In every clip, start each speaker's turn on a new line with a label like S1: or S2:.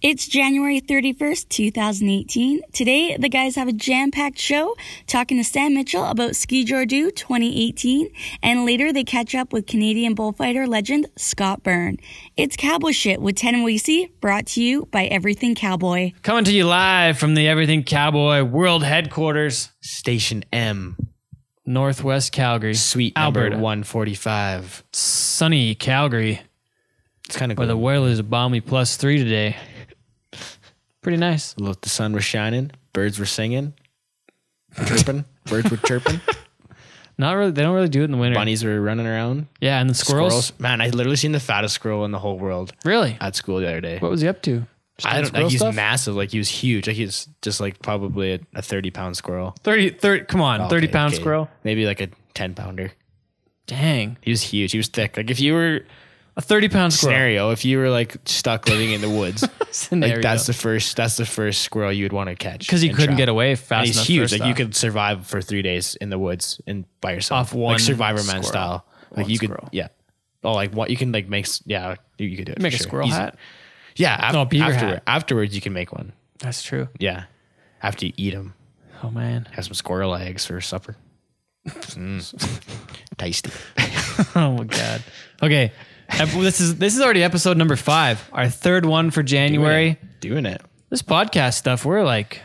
S1: It's January 31st, 2018. Today, the guys have a jam packed show talking to Sam Mitchell about Ski Jordu 2018, and later they catch up with Canadian bullfighter legend Scott Byrne. It's Cowboy Shit with Ted and Weesey, brought to you by Everything Cowboy.
S2: Coming to you live from the Everything Cowboy World Headquarters,
S3: Station M,
S2: Northwest Calgary,
S3: Suite
S2: Alberta,
S3: number 145.
S2: sunny Calgary,
S3: It's kind of
S2: where
S3: cool.
S2: the weather is a balmy plus three today. Pretty nice.
S3: Look, the sun was shining, birds were singing, chirping, birds were chirping,
S2: Not really. They don't really do it in the winter.
S3: bunnies were running around.
S2: Yeah, and the squirrels.
S3: Man, I literally seen the fattest squirrel in the whole world
S2: Really?
S3: at school the other day.
S2: What was he up to? Just doing
S3: I don't
S2: squirrel
S3: like he's
S2: stuff?
S3: massive, like he was huge. Like he's just like probably a, a 30 pound squirrel.
S2: 30, 30 Come on, thirty
S3: Okay,
S2: pound
S3: okay.
S2: squirrel.
S3: Maybe like a 10 pounder.
S2: Dang,
S3: He was huge. He was thick. Like if you were
S2: a thirty pound squirrel.
S3: scenario, if you were like stuck living in the woods,
S2: Scenario.
S3: like that's the first that's the first squirrel you would want to catch.
S2: because he
S3: and
S2: couldn't
S3: trap.
S2: get away
S3: And
S2: fast
S3: he's
S2: enough.
S3: huge.
S2: first
S3: Like you
S2: off.
S3: could survive for three days in the woods and by yourself.
S2: Off one
S3: like Survivor
S2: squirrel.
S3: Man style. Like
S2: One
S3: you could,
S2: squirrel.
S3: yeah. Oh, like what you can like make? s- Yeah, you, you could do it.
S2: make
S3: for
S2: a
S3: sure.
S2: squirrel
S3: Easy.
S2: hat.
S3: Yeah, af-
S2: No, beaver
S3: afterward,
S2: hat.
S3: Afterwards, you can make one.
S2: That's true.
S3: Yeah, after you eat them,
S2: Oh man.
S3: have some squirrel eggs for supper. Mm. Tasty.
S2: Oh my god. Okay. Ep- This is this is already episode number five, our third one for January.
S3: doing it,
S2: This podcast stuff, we're like,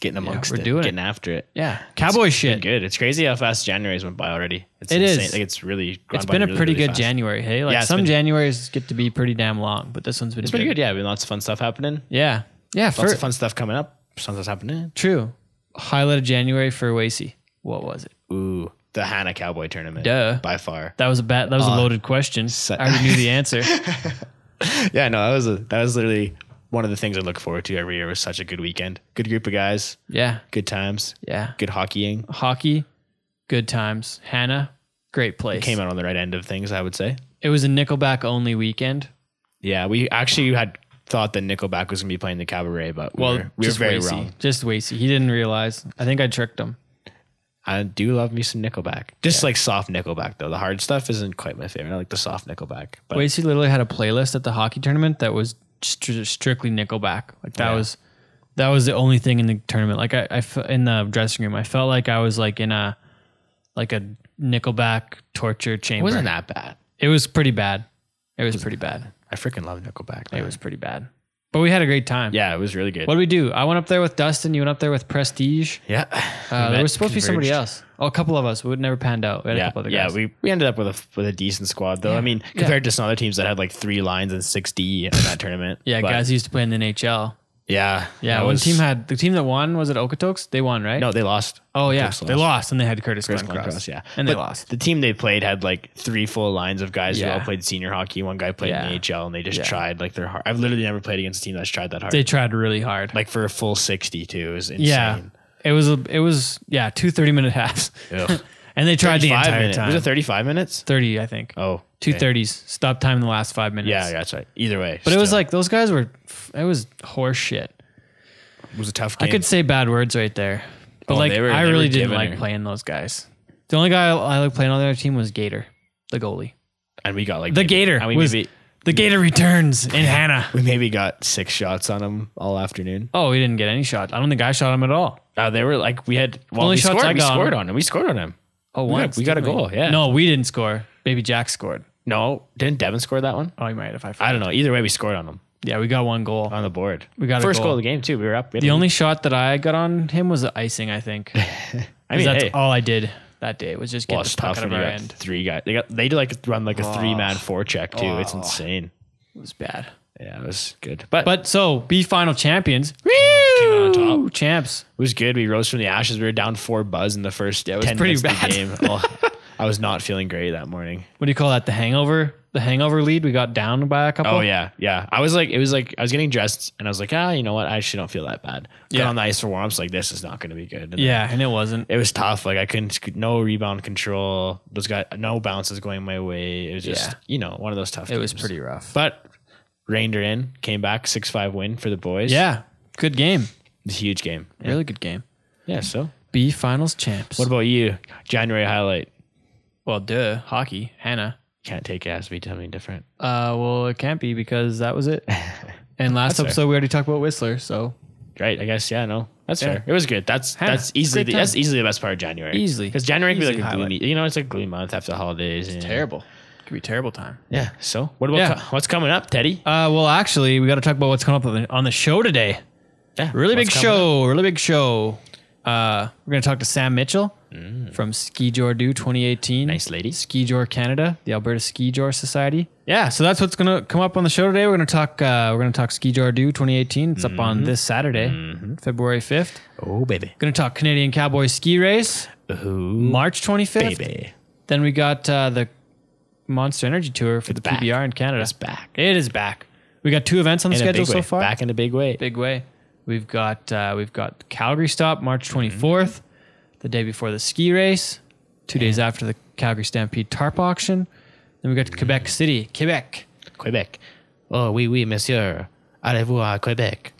S3: getting amongst
S2: we're
S3: it,
S2: doing it.
S3: getting after it.
S2: yeah, cowboy shit.
S3: Good. It's crazy how fast January's went by already. It's
S2: It
S3: insane.
S2: is.
S3: Like it's really. gone
S2: It's
S3: by
S2: been a
S3: really,
S2: pretty
S3: really
S2: good
S3: fast.
S2: January. Hey, like
S3: Yeah, it's
S2: some
S3: been-
S2: Januarys get to be pretty damn long, but this one's been
S3: It's pretty good. Yeah, been lots of fun stuff happening.
S2: Yeah, yeah.
S3: Lots
S2: For,
S3: of fun stuff coming up. Some stuff's happening.
S2: True. Highlight of January for Wasey. What was it?
S3: Ooh, the Hannah Cowboy tournament.
S2: Duh.
S3: By far.
S2: That was a bad. That was
S3: Uh,
S2: a loaded question.
S3: se-
S2: I already knew the answer.
S3: Yeah, no, that was a, that was literally one of the things I look forward to every year. Was such a good weekend. Good group of guys.
S2: Yeah,
S3: Good times.
S2: yeah.
S3: Good hockeying.
S2: Hockey, good times. Hannah, great place.
S3: Came out on the right end of things, I would say.
S2: It was a Nickelback only weekend.
S3: Yeah, we actually had thought that Nickelback was gonna be playing the cabaret, but we
S2: Well,
S3: were, we were
S2: just
S3: very
S2: Wasey.
S3: wrong.
S2: Just Wasey. He didn't realize. I think I tricked him.
S3: I do love me some Nickelback. Just like soft Nickelback though. The hard stuff isn't quite my favorite. I like the soft Nickelback. But
S2: Wasey literally had a playlist at the hockey tournament that was stri- strictly Nickelback. Like that
S3: Yeah.
S2: was that was the only thing in the tournament. Like I, I fe- in the dressing room, I felt like I was like in a like a Nickelback torture
S3: it
S2: chamber.
S3: wasn't that bad.
S2: It was pretty bad. It was pretty bad.
S3: I freaking love Nickelback.
S2: It
S3: man.
S2: was pretty bad. But we had a great time.
S3: yeah, it was really good.
S2: What did we do? I went up there with Dustin. You went up there with Prestige.
S3: Yeah.
S2: Uh,
S3: We
S2: there
S3: met,
S2: was supposed to be somebody
S3: converged.
S2: else. Oh, a couple of us. We would never panned out. We had a
S3: Yeah,
S2: couple other
S3: yeah,
S2: guys.
S3: we, we ended up with a with a decent squad though. I mean,
S2: Yeah.
S3: compared to some other teams that had like three lines and six D in that tournament.
S2: yeah,
S3: But,
S2: guys who used to play in the NHL.
S3: Yeah,
S2: Yeah,
S3: that
S2: one
S3: was-
S2: team had the team that won was it Okotoks? They won, right?
S3: no, they lost.
S2: Oh yeah,
S3: Okotoks
S2: they lost and they had Curtis,
S3: Chris
S2: Curtis
S3: Glenn Cross, yeah,
S2: and they
S3: But
S2: lost.
S3: The team they played had like three full lines of guys
S2: Yeah.
S3: who all played senior hockey. One guy played
S2: Yeah.
S3: in the AHL, and they just
S2: Yeah.
S3: tried like their hard. I've literally never played against a team that's tried that hard.
S2: They tried really hard.
S3: like for a full sixty-two is insane.
S2: yeah, it was a, it was yeah two 30 minute halves,
S3: Ugh.
S2: and they tried the
S3: 35
S2: entire
S3: minutes.
S2: time.
S3: Was it thirty-five minutes?
S2: Thirty, I think.
S3: Oh,
S2: Two
S3: okay.
S2: thirties. Stop time in the last five minutes.
S3: Yeah, yeah, that's right. Either way,
S2: But it was like those guys were. It was horse shit.
S3: it was a tough
S2: I
S3: game.
S2: could say bad words right there, but
S3: Oh,
S2: like
S3: they were-
S2: I
S3: they were
S2: really didn't
S3: giving
S2: like
S3: her.
S2: playing those guys. The only guy I, I like playing on their team was Gator, the goalie.
S3: and we got like
S2: The
S3: maybe-
S2: Gator
S3: and we
S2: was
S3: maybe-
S2: the Gator returns in Hannah.
S3: We maybe got six shots on them all afternoon.
S2: Oh, he didn't get any shot. I don't think I shot him at all.
S3: Uh, they were like we had well,
S2: Only
S3: we
S2: shots
S3: scored,
S2: I
S3: we
S2: got on
S3: scored
S2: him.
S3: on him. We scored on him.
S2: Oh,
S3: got-
S2: once
S3: we got a
S2: didn't
S3: goal, yeah.
S2: No, we didn't score. Baby Jack scored.
S3: No, didn't Devin score that one?
S2: Oh, he might have. I,
S3: I
S2: forgot.
S3: don't know. Either way, we scored on him
S2: yeah, we got one goal.
S3: on the board.
S2: We got a
S3: first
S2: goal.
S3: goal. of the game too. We were up. We had
S2: The
S3: a-
S2: only shot that I got on him was the icing. I think. 'Cause
S3: I mean,
S2: that's
S3: hey,
S2: all I did that day was just get
S3: well,
S2: the
S3: it's
S2: puck
S3: tough
S2: out
S3: when
S2: of
S3: you
S2: our
S3: got
S2: end.
S3: three guys. They got they did like run like a three man four check too. It's
S2: Oh.
S3: insane.
S2: It was bad.
S3: Yeah, it was good, but,
S2: But so be final champions.
S3: on top.
S2: Woo! Champs.
S3: it was good. We rose from the ashes. We were down four buzz in the first. Yeah,
S2: it was
S3: 10
S2: pretty
S3: minutes
S2: bad.
S3: of the game. Oh, I was not feeling great that morning.
S2: What do you call that? The hangover. The hangover lead. We got down by a couple.
S3: Oh yeah, yeah. I was like, it was like I was getting dressed, and I was like, ah, you know what? I actually don't feel that bad. Got
S2: Yeah.
S3: on the ice for warm-ups, like this is not going to be good. And
S2: Yeah, and it wasn't.
S3: it was tough. Like I couldn't, no rebound control. Those got no bounces going my way. It was just,
S2: Yeah.
S3: you know, one of those tough.
S2: It was
S3: games.
S2: pretty rough.
S3: But reined her in, came back six five win for the boys.
S2: yeah, good game.
S3: it's a huge game. Yeah.
S2: Really good game.
S3: Yeah. So,
S2: B finals champs.
S3: what about you? January highlight.
S2: well, duh, hockey, Hannah.
S3: Can't take it. It has to be something different.
S2: Uh, well, it can't be because that was it. And last
S3: That's fair.
S2: episode we already talked about Whistler, so
S3: Right. I guess. Yeah. No. That's
S2: Yeah.
S3: fair. It was good. That's
S2: Yeah,
S3: that's easily
S2: great
S3: the,
S2: time.
S3: that's easily the best part of January.
S2: Easily.
S3: because January can be
S2: Easily
S3: like a
S2: highlight.
S3: gloomy. You know, it's a gloomy month after the holidays. It's
S2: terrible. Could be a terrible time.
S3: Yeah. So what about
S2: Yeah.
S3: co- what's coming up, Teddy?
S2: Uh, well, actually, we got to talk about what's coming up on the- on the show today.
S3: Yeah.
S2: Really big
S3: what's coming up?
S2: show. Really big show. Uh, we're gonna talk to Sam Mitchell from Ski Jordu 2018.
S3: Nice lady.
S2: Ski Jor Canada, the Alberta Ski Jor Society. Yeah, so that's what's gonna come up on the show today. We're gonna talk. Uh, we're gonna talk Ski Jor Do 2018. It's up on this Saturday, February 5th.
S3: Oh baby.
S2: Gonna talk Canadian Cowboy Ski Race,
S3: Ooh
S2: March 25th.
S3: baby.
S2: Then we got uh, the Monster Energy Tour for the
S3: back.
S2: PBR in Canada.
S3: It's back.
S2: It is back. We got two events on the
S3: In a
S2: schedule
S3: big
S2: so
S3: way.
S2: far.
S3: Back in a big way.
S2: Big way. We've got uh, we've got the Calgary stop
S3: Mm-hmm.
S2: March 24th, the day before the ski race, two days after the Calgary Stampede tarp auction. Then we got
S3: Mm.
S2: Quebec City, Quebec.
S3: Quebec. Oh oui oui monsieur. Allez-vous à Quebec?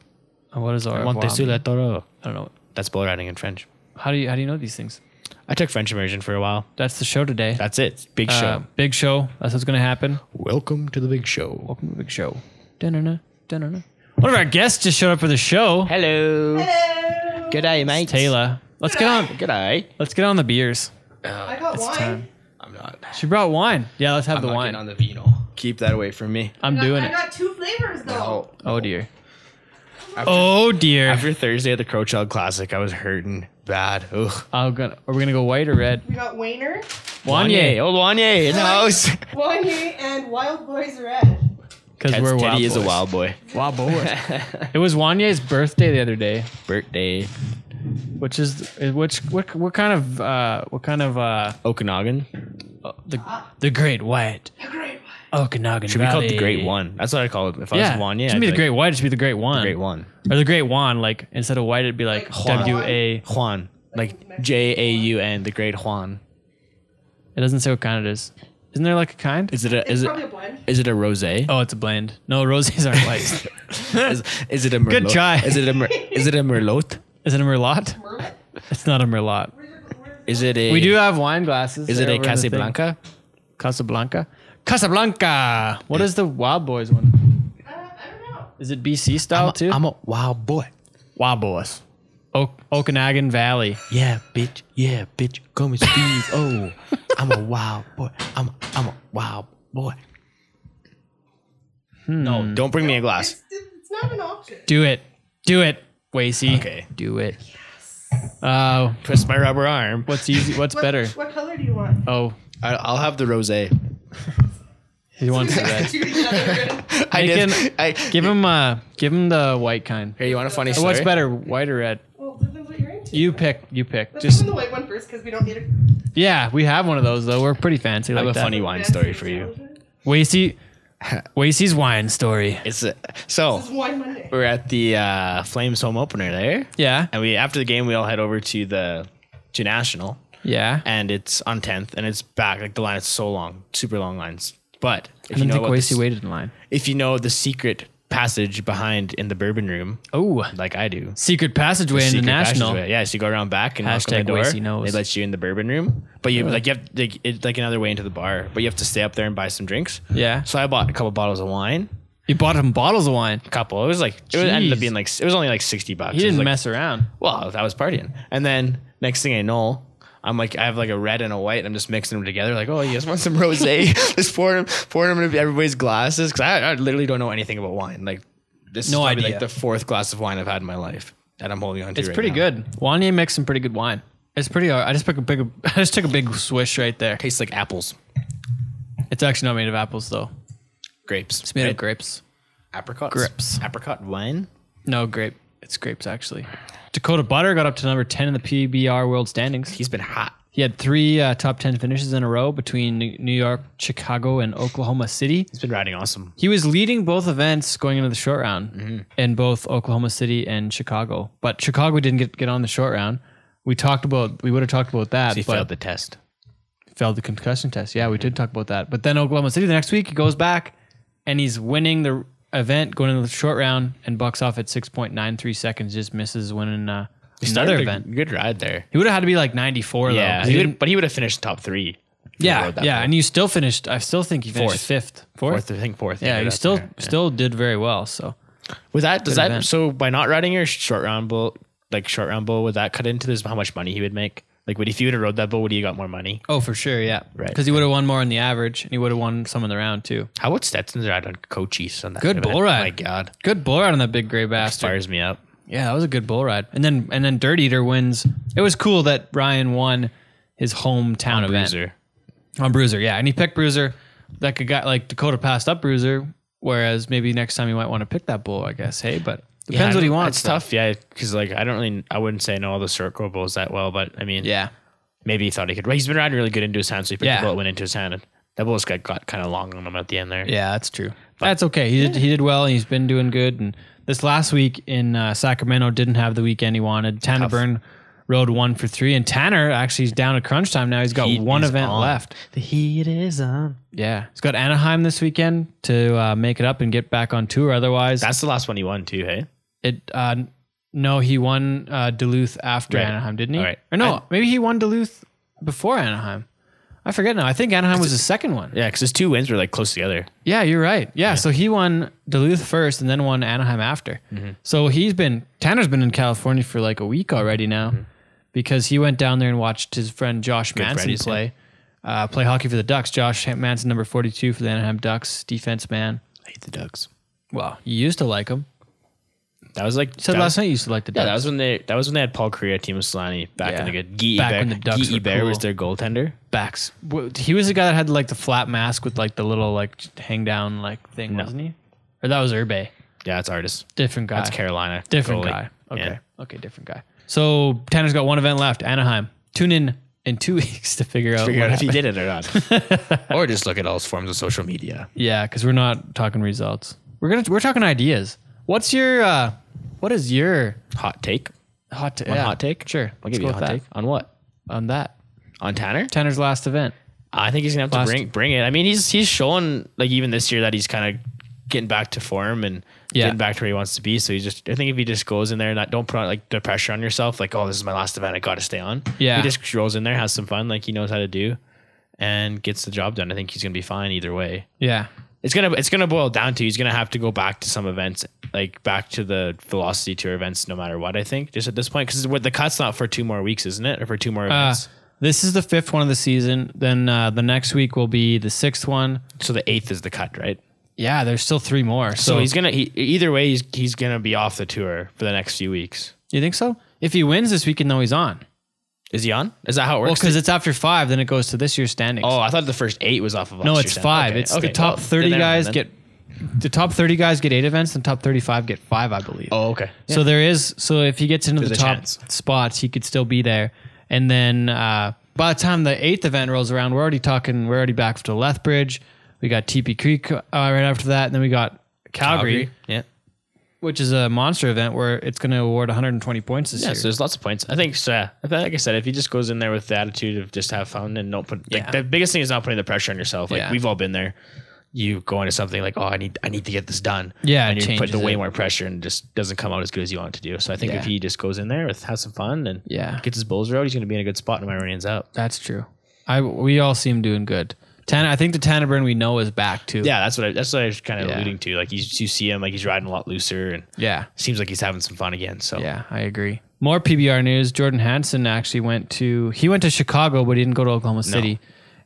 S2: Oh, what is our
S3: Montez sur le taureau.
S2: I don't know.
S3: That's bull riding in French.
S2: How do you how do you know these things?
S3: I took French immersion for a while.
S2: That's the show today.
S3: That's it. Big
S2: Uh,
S3: show.
S2: Big show. That's what's gonna happen.
S3: Welcome to the big show.
S2: Welcome to the big show. Dun-dun-dun, dun-dun-dun. One of our guests just showed up for the show.
S3: Hello. Hello. Good day, mate.
S2: Taylor. Let's get on
S3: Good day.
S2: let's get on the beers.
S4: I got wine.
S2: time.
S4: I'm not.
S2: She brought wine. Yeah, let's have
S4: I'm
S2: the
S4: not
S2: wine.
S4: getting on the vino. Keep that away from me.
S2: I'm doing
S5: I
S2: it.
S5: got two flavors though.
S4: Oh,
S2: Oh dear.
S4: After-
S2: Oh dear.
S3: After Thursday at the Crowchild Classic, I was hurting bad. Ugh.
S2: I'll go, Oh, are we gonna go white or red?
S5: We got Wayner,
S2: Wanye,
S3: Old Wanye in the house.
S5: Wanye, and Wild Boys Red.
S2: because we're wild.
S3: Teddy is a
S2: boys.
S3: wild boy.
S2: Wild boy. it was Wanye's birthday the other day,
S3: Birthday.
S2: which is which what what kind of uh what kind of uh
S3: Okanagan.
S2: the the Great White Okanagan
S3: Should be called the Great
S2: Valley.
S3: One. That's what I call it. If
S2: Yeah,
S3: I was Wanye,
S2: it
S3: I'd
S2: should be the
S3: like,
S2: Great White. It should be the Great One.
S3: Great One.
S2: Or the Great One. Like instead of white, it'd be like
S5: Like Juan.
S2: W A.
S3: Juan. Like J A U N, the Great Juan.
S2: It doesn't say what kind it is. Isn't there like a kind?
S3: Is it a
S5: It's
S3: is
S5: probably a
S3: it
S5: blend.
S3: is it a rose?
S2: oh, it's a blend. No, roses aren't white.
S3: Is, is it a merlot?
S2: Good try.
S3: Is it a mer- is it a merlot?
S2: is it a merlot?
S5: Merlot.
S2: It's not a merlot.
S5: Where's your- where's
S3: Is it a
S2: We do have wine glasses.
S3: Is it
S2: They're
S3: a
S2: over the thing.
S3: Casablanca?
S2: Casablanca. Casablanca. What is the Wild Boys one?
S5: your- uh, I don't know.
S2: Is it BC style too?
S3: I'm a wild boy.
S2: Wild Boys. O- Okanagan Valley.
S3: Yeah, bitch. Yeah, bitch. Call me Steve. oh, I'm a wild boy. I'm a, I'm a wild boy. No, don't bring me a glass.
S5: It's, it's not an option.
S2: Do it. Do it, Wacy.
S3: Okay.
S2: Do it. Uh,
S3: Twist my rubber arm.
S2: what's easy? What's
S5: What,
S2: better?
S5: What color do you want?
S2: Oh,
S3: I, I'll have the rosé.
S2: he wants the
S5: Next
S2: red.
S5: to each other.
S3: I
S2: Make
S3: did. I,
S2: Give him uh, give him the white kind.
S3: here, you want a funny
S2: So
S3: story?
S2: what's better, white or red?
S5: Well, depends what you're into.
S2: You pick. You pick.
S5: Let's
S2: Just
S5: open the white one first because we don't need a.
S2: yeah, we have one of those though. We're pretty fancy.
S3: I
S2: Like
S3: have a
S2: that.
S3: funny wine
S5: fancy
S3: story for you.
S5: intelligent.
S2: Wacy. Wacy's wine story.
S3: It's a, so
S5: This is wine Monday.
S3: we're at the uh, Flames home opener there,
S2: Yeah.
S3: and we after the game we all head over to the to National.
S2: Yeah.
S3: and it's on 10th and it's back like the line is so long super long lines but
S2: I
S3: if you
S2: don't
S3: know
S2: think
S3: about
S2: Wacy
S3: this,
S2: waited in line.
S3: if you know the secret passage behind in the bourbon room
S2: Oh.
S3: like i do
S2: Secret passageway
S3: secret
S2: international.
S3: passageway. yeah so you go around back and knock on
S2: Hashtag
S3: the door
S2: Wacy knows.
S3: they let you in the bourbon room but you like you have like, it's like another way into the bar but you have to stay up there and buy some drinks
S2: Yeah.
S3: so i bought a couple bottles of wine
S2: You bought him bottles of wine.
S3: a couple it was like it was, ended
S2: Jeez.
S3: up being like it was only like 60
S2: He
S3: bucks It was,
S2: didn't
S3: like,
S2: mess around.
S3: well, I was partying. And then next thing I know, I'm like, I have like a red and a white. And I'm just mixing them together. Like, oh, you guys want some rosé? just pouring them, pouring them into everybody's glasses because I, I literally don't know anything about wine. Like, this
S2: No
S3: is probably
S2: idea.
S3: like the fourth glass of wine I've had in my life that I'm holding on to.
S2: It's
S3: right
S2: pretty
S3: now.
S2: good. Wanye makes some pretty good wine. It's pretty. I just took a big. I just took a big swish right there.
S3: Tastes like apples,
S2: It's actually not made of apples though.
S3: grapes.
S2: It's made
S3: right?
S2: of grapes.
S3: apricots.
S2: grips.
S3: Apricot wine.
S2: No grape. It's grapes actually. Dakota Butter got up to number ten in the PBR World Standings.
S3: He's been hot.
S2: He had three uh, top ten finishes in a row between New New York, Chicago, and Oklahoma City.
S3: He's been riding awesome.
S2: He was leading both events going into the short round
S3: Mm-hmm.
S2: in both Oklahoma City and Chicago. But Chicago didn't get, get on the short round. We talked about we would have talked about that.
S3: He
S2: but
S3: failed the test.
S2: failed the concussion test. Yeah,
S3: Mm-hmm.
S2: we did talk about that. But then Oklahoma City the next week, he goes back and he's winning the event, going into the short round, and bucks off at 6.93 seconds, just misses winning uh, another
S3: Started a
S2: event.
S3: Good ride there.
S2: He would have had to be like 94, though.
S3: Yeah,
S2: 'cause He
S3: he
S2: didn't,
S3: would, but he would have finished top three. if he
S2: yeah,
S3: rode that
S2: yeah.
S3: bike.
S2: And you still finished, I still think he finished
S3: Fourth.
S2: fifth.
S3: fourth, I think fourth.
S2: Yeah,
S3: Right
S2: you
S3: up
S2: still
S3: there.
S2: still did very well. So
S3: With that, does
S2: Good
S3: that
S2: event.
S3: so by not riding your short round bull, like short round bull, would that cut into this how much money he would make? Like, would if you would have rode that bull, would you got more money?
S2: Oh, for sure, yeah.
S3: Right.
S2: Because he would have won more on the average, and he would have won some in the round too.
S3: How would Stetson's ride on Cochise on that?
S2: Good
S3: event?
S2: bull ride.
S3: My God,
S2: Good bull ride on that big gray bastard.
S3: fires me up.
S2: Yeah, that was a good bull ride. And then and then Dirt Eater wins. It was cool that Ryan won his hometown event
S3: Bruiser.
S2: on Bruiser. Yeah, and he picked Bruiser. Like a guy like Dakota passed up Bruiser, whereas maybe next time he might want to pick that bull. I guess. Hey, but
S3: Yeah,
S2: depends
S3: I
S2: what he
S3: don't-
S2: wants.
S3: It's
S2: though.
S3: tough, yeah, because like I don't really, I wouldn't say I know all the circle bulls that well, but I mean,
S2: Yeah.
S3: maybe he thought he could. Well, he's been riding really good into his hand, so he picked
S2: Yeah.
S3: the bullet, went into his hand, and that bull's got, got kind of long on him at the end there.
S2: Yeah, that's true. that's okay. He did he did well and he's been doing good. And this last week in uh, Sacramento didn't have the weekend he wanted. Tanner Byrne rode one for three, and Tanner actually is down at crunch time now. He's got
S3: Heat
S2: one
S3: is
S2: event
S3: on.
S2: left.
S3: The heat is on.
S2: Yeah, he's got Anaheim this weekend to uh, make it up and get back on tour. Otherwise,
S3: That's the last one he won too. Hey,
S2: it. Uh, n- no, he won uh, Duluth after
S3: Right.
S2: Anaheim, didn't he?
S3: All right.
S2: Or no, maybe he won Duluth before Anaheim. I forget now. I think Anaheim was the second one.
S3: yeah, because his two wins were like close together.
S2: Yeah, you're right. Yeah, so he won Duluth first and then won Anaheim after.
S3: Mm-hmm.
S2: So he's been Tanner's been in California for like a week already now because he went down there and watched his friend Josh Manson
S3: Mm-hmm. friend, he's
S2: play uh, play hockey for the Ducks. Josh Manson, number 42 for the Anaheim Ducks, defense man.
S3: I hate the Ducks.
S2: Well, you used to like him.
S3: That was like
S2: You said
S3: that
S2: last
S3: was,
S2: night you used to like the
S3: Yeah,
S2: Ducks.
S3: that was when they that was when they had Paul Korea, Timo Solani back
S2: Yeah.
S3: in the good. Guy
S2: Back
S3: Ebert-
S2: when the Ducks
S3: Guy
S2: were
S3: Ebert
S2: cool.
S3: was their goaltender.
S2: backs. Wh- He was the guy that had like the flat mask with like the little like hang down like thing, wasn't he? Or that was Urbe.
S3: Yeah, it's artist.
S2: Different guy.
S3: That's Carolina.
S2: Different
S3: goalie.
S2: guy. Okay.
S3: Yeah.
S2: Okay, different guy. So Tanner's got one event left, Anaheim. Tune in in two weeks to figure out.
S3: Figure
S2: what
S3: out if he
S2: happened.
S3: did it or not, or just look at all his forms of social media.
S2: Yeah, because we're not talking results. We're gonna we're talking ideas. What's your uh what is your
S3: Hot take.
S2: hot take?
S3: One hot take.
S2: Sure.
S3: I'll
S2: let's
S3: give you
S2: go
S3: a
S2: with
S3: hot
S2: that.
S3: take on what
S2: on that.
S3: on Tanner.
S2: Tanner's last event.
S3: I think he's gonna have
S2: Last-
S3: to bring bring it. I mean, he's he's showing like even this year that he's kind of getting back to form and
S2: Yeah.
S3: getting back to where he wants to be. So he just, I think if he just goes in there and not, don't put on like the pressure on yourself, like oh this is my last event, I got to stay on.
S2: Yeah.
S3: he just rolls in there, has some fun, like he knows how to do, and gets the job done. I think he's gonna be fine either way.
S2: Yeah.
S3: It's gonna it's gonna boil down to he's gonna have to go back to some events, like back to the Velocity Tour events, no matter what. I think just at this point because the cut's not for two more weeks, isn't it? Or for two more
S2: Uh,
S3: events.
S2: this is the fifth one of the season. Then uh, the next week will be the sixth one.
S3: so the eighth is the cut, right?
S2: Yeah, there's still three more. So,
S3: So, he's gonna he, either way he's he's gonna be off the tour for the next few weeks.
S2: you think so? If he wins this weekend, though, he's on.
S3: Is he on? Is that how it
S2: Well,
S3: works?
S2: because it's after five, then it goes to this year's standings.
S3: oh, I thought the first eight was off of.
S2: No,
S3: last
S2: it's
S3: year's
S2: five.
S3: Okay,
S2: It's
S3: okay,
S2: the top
S3: well, Oh, then
S2: thirty
S3: never mind
S2: guys
S3: then.
S2: get the top thirty guys get eight events, and top thirty-five get five, I believe.
S3: Oh, okay.
S2: So there is. So if he gets into
S3: There's
S2: the
S3: a
S2: top
S3: chance.
S2: spots, he could still be there. And then uh, by the time the eighth event rolls around, we're already talking. We're already back to Lethbridge. We got TP Creek uh, right after that, and then we got Calgary,
S3: Yeah.
S2: which is a monster event where it's going to award 120 points this
S3: Yeah,
S2: year.
S3: so there's lots of points. I think, so, yeah, I think, like I said, if he just goes in there with the attitude of just have fun and don't put, like,
S2: Yeah.
S3: the biggest thing is not putting the pressure on yourself. Like
S2: Yeah.
S3: we've all been there. You go into something like, oh, I need, I need to get this done.
S2: Yeah,
S3: and
S2: it
S3: you put the
S2: changes
S3: way
S2: it.
S3: more pressure and just doesn't come out as good as you want it to do. So I think if
S2: Yeah.
S3: he just goes in there with has some fun and
S2: Yeah.
S3: gets his bulls road, he's going to be in a good spot no matter when he ends up.
S2: That's true. I we all see him doing good. Tanner, I think the Tannerburn we know is back too.
S3: Yeah, that's what I, that's what I was kind of
S2: Yeah.
S3: alluding to. Like he's, you see him, like he's riding a lot looser, and
S2: Yeah.
S3: seems like he's having some fun again. So
S2: Yeah, I agree. More PBR news. Jordan Hansen actually went to he went to Chicago, but he didn't go to Oklahoma City,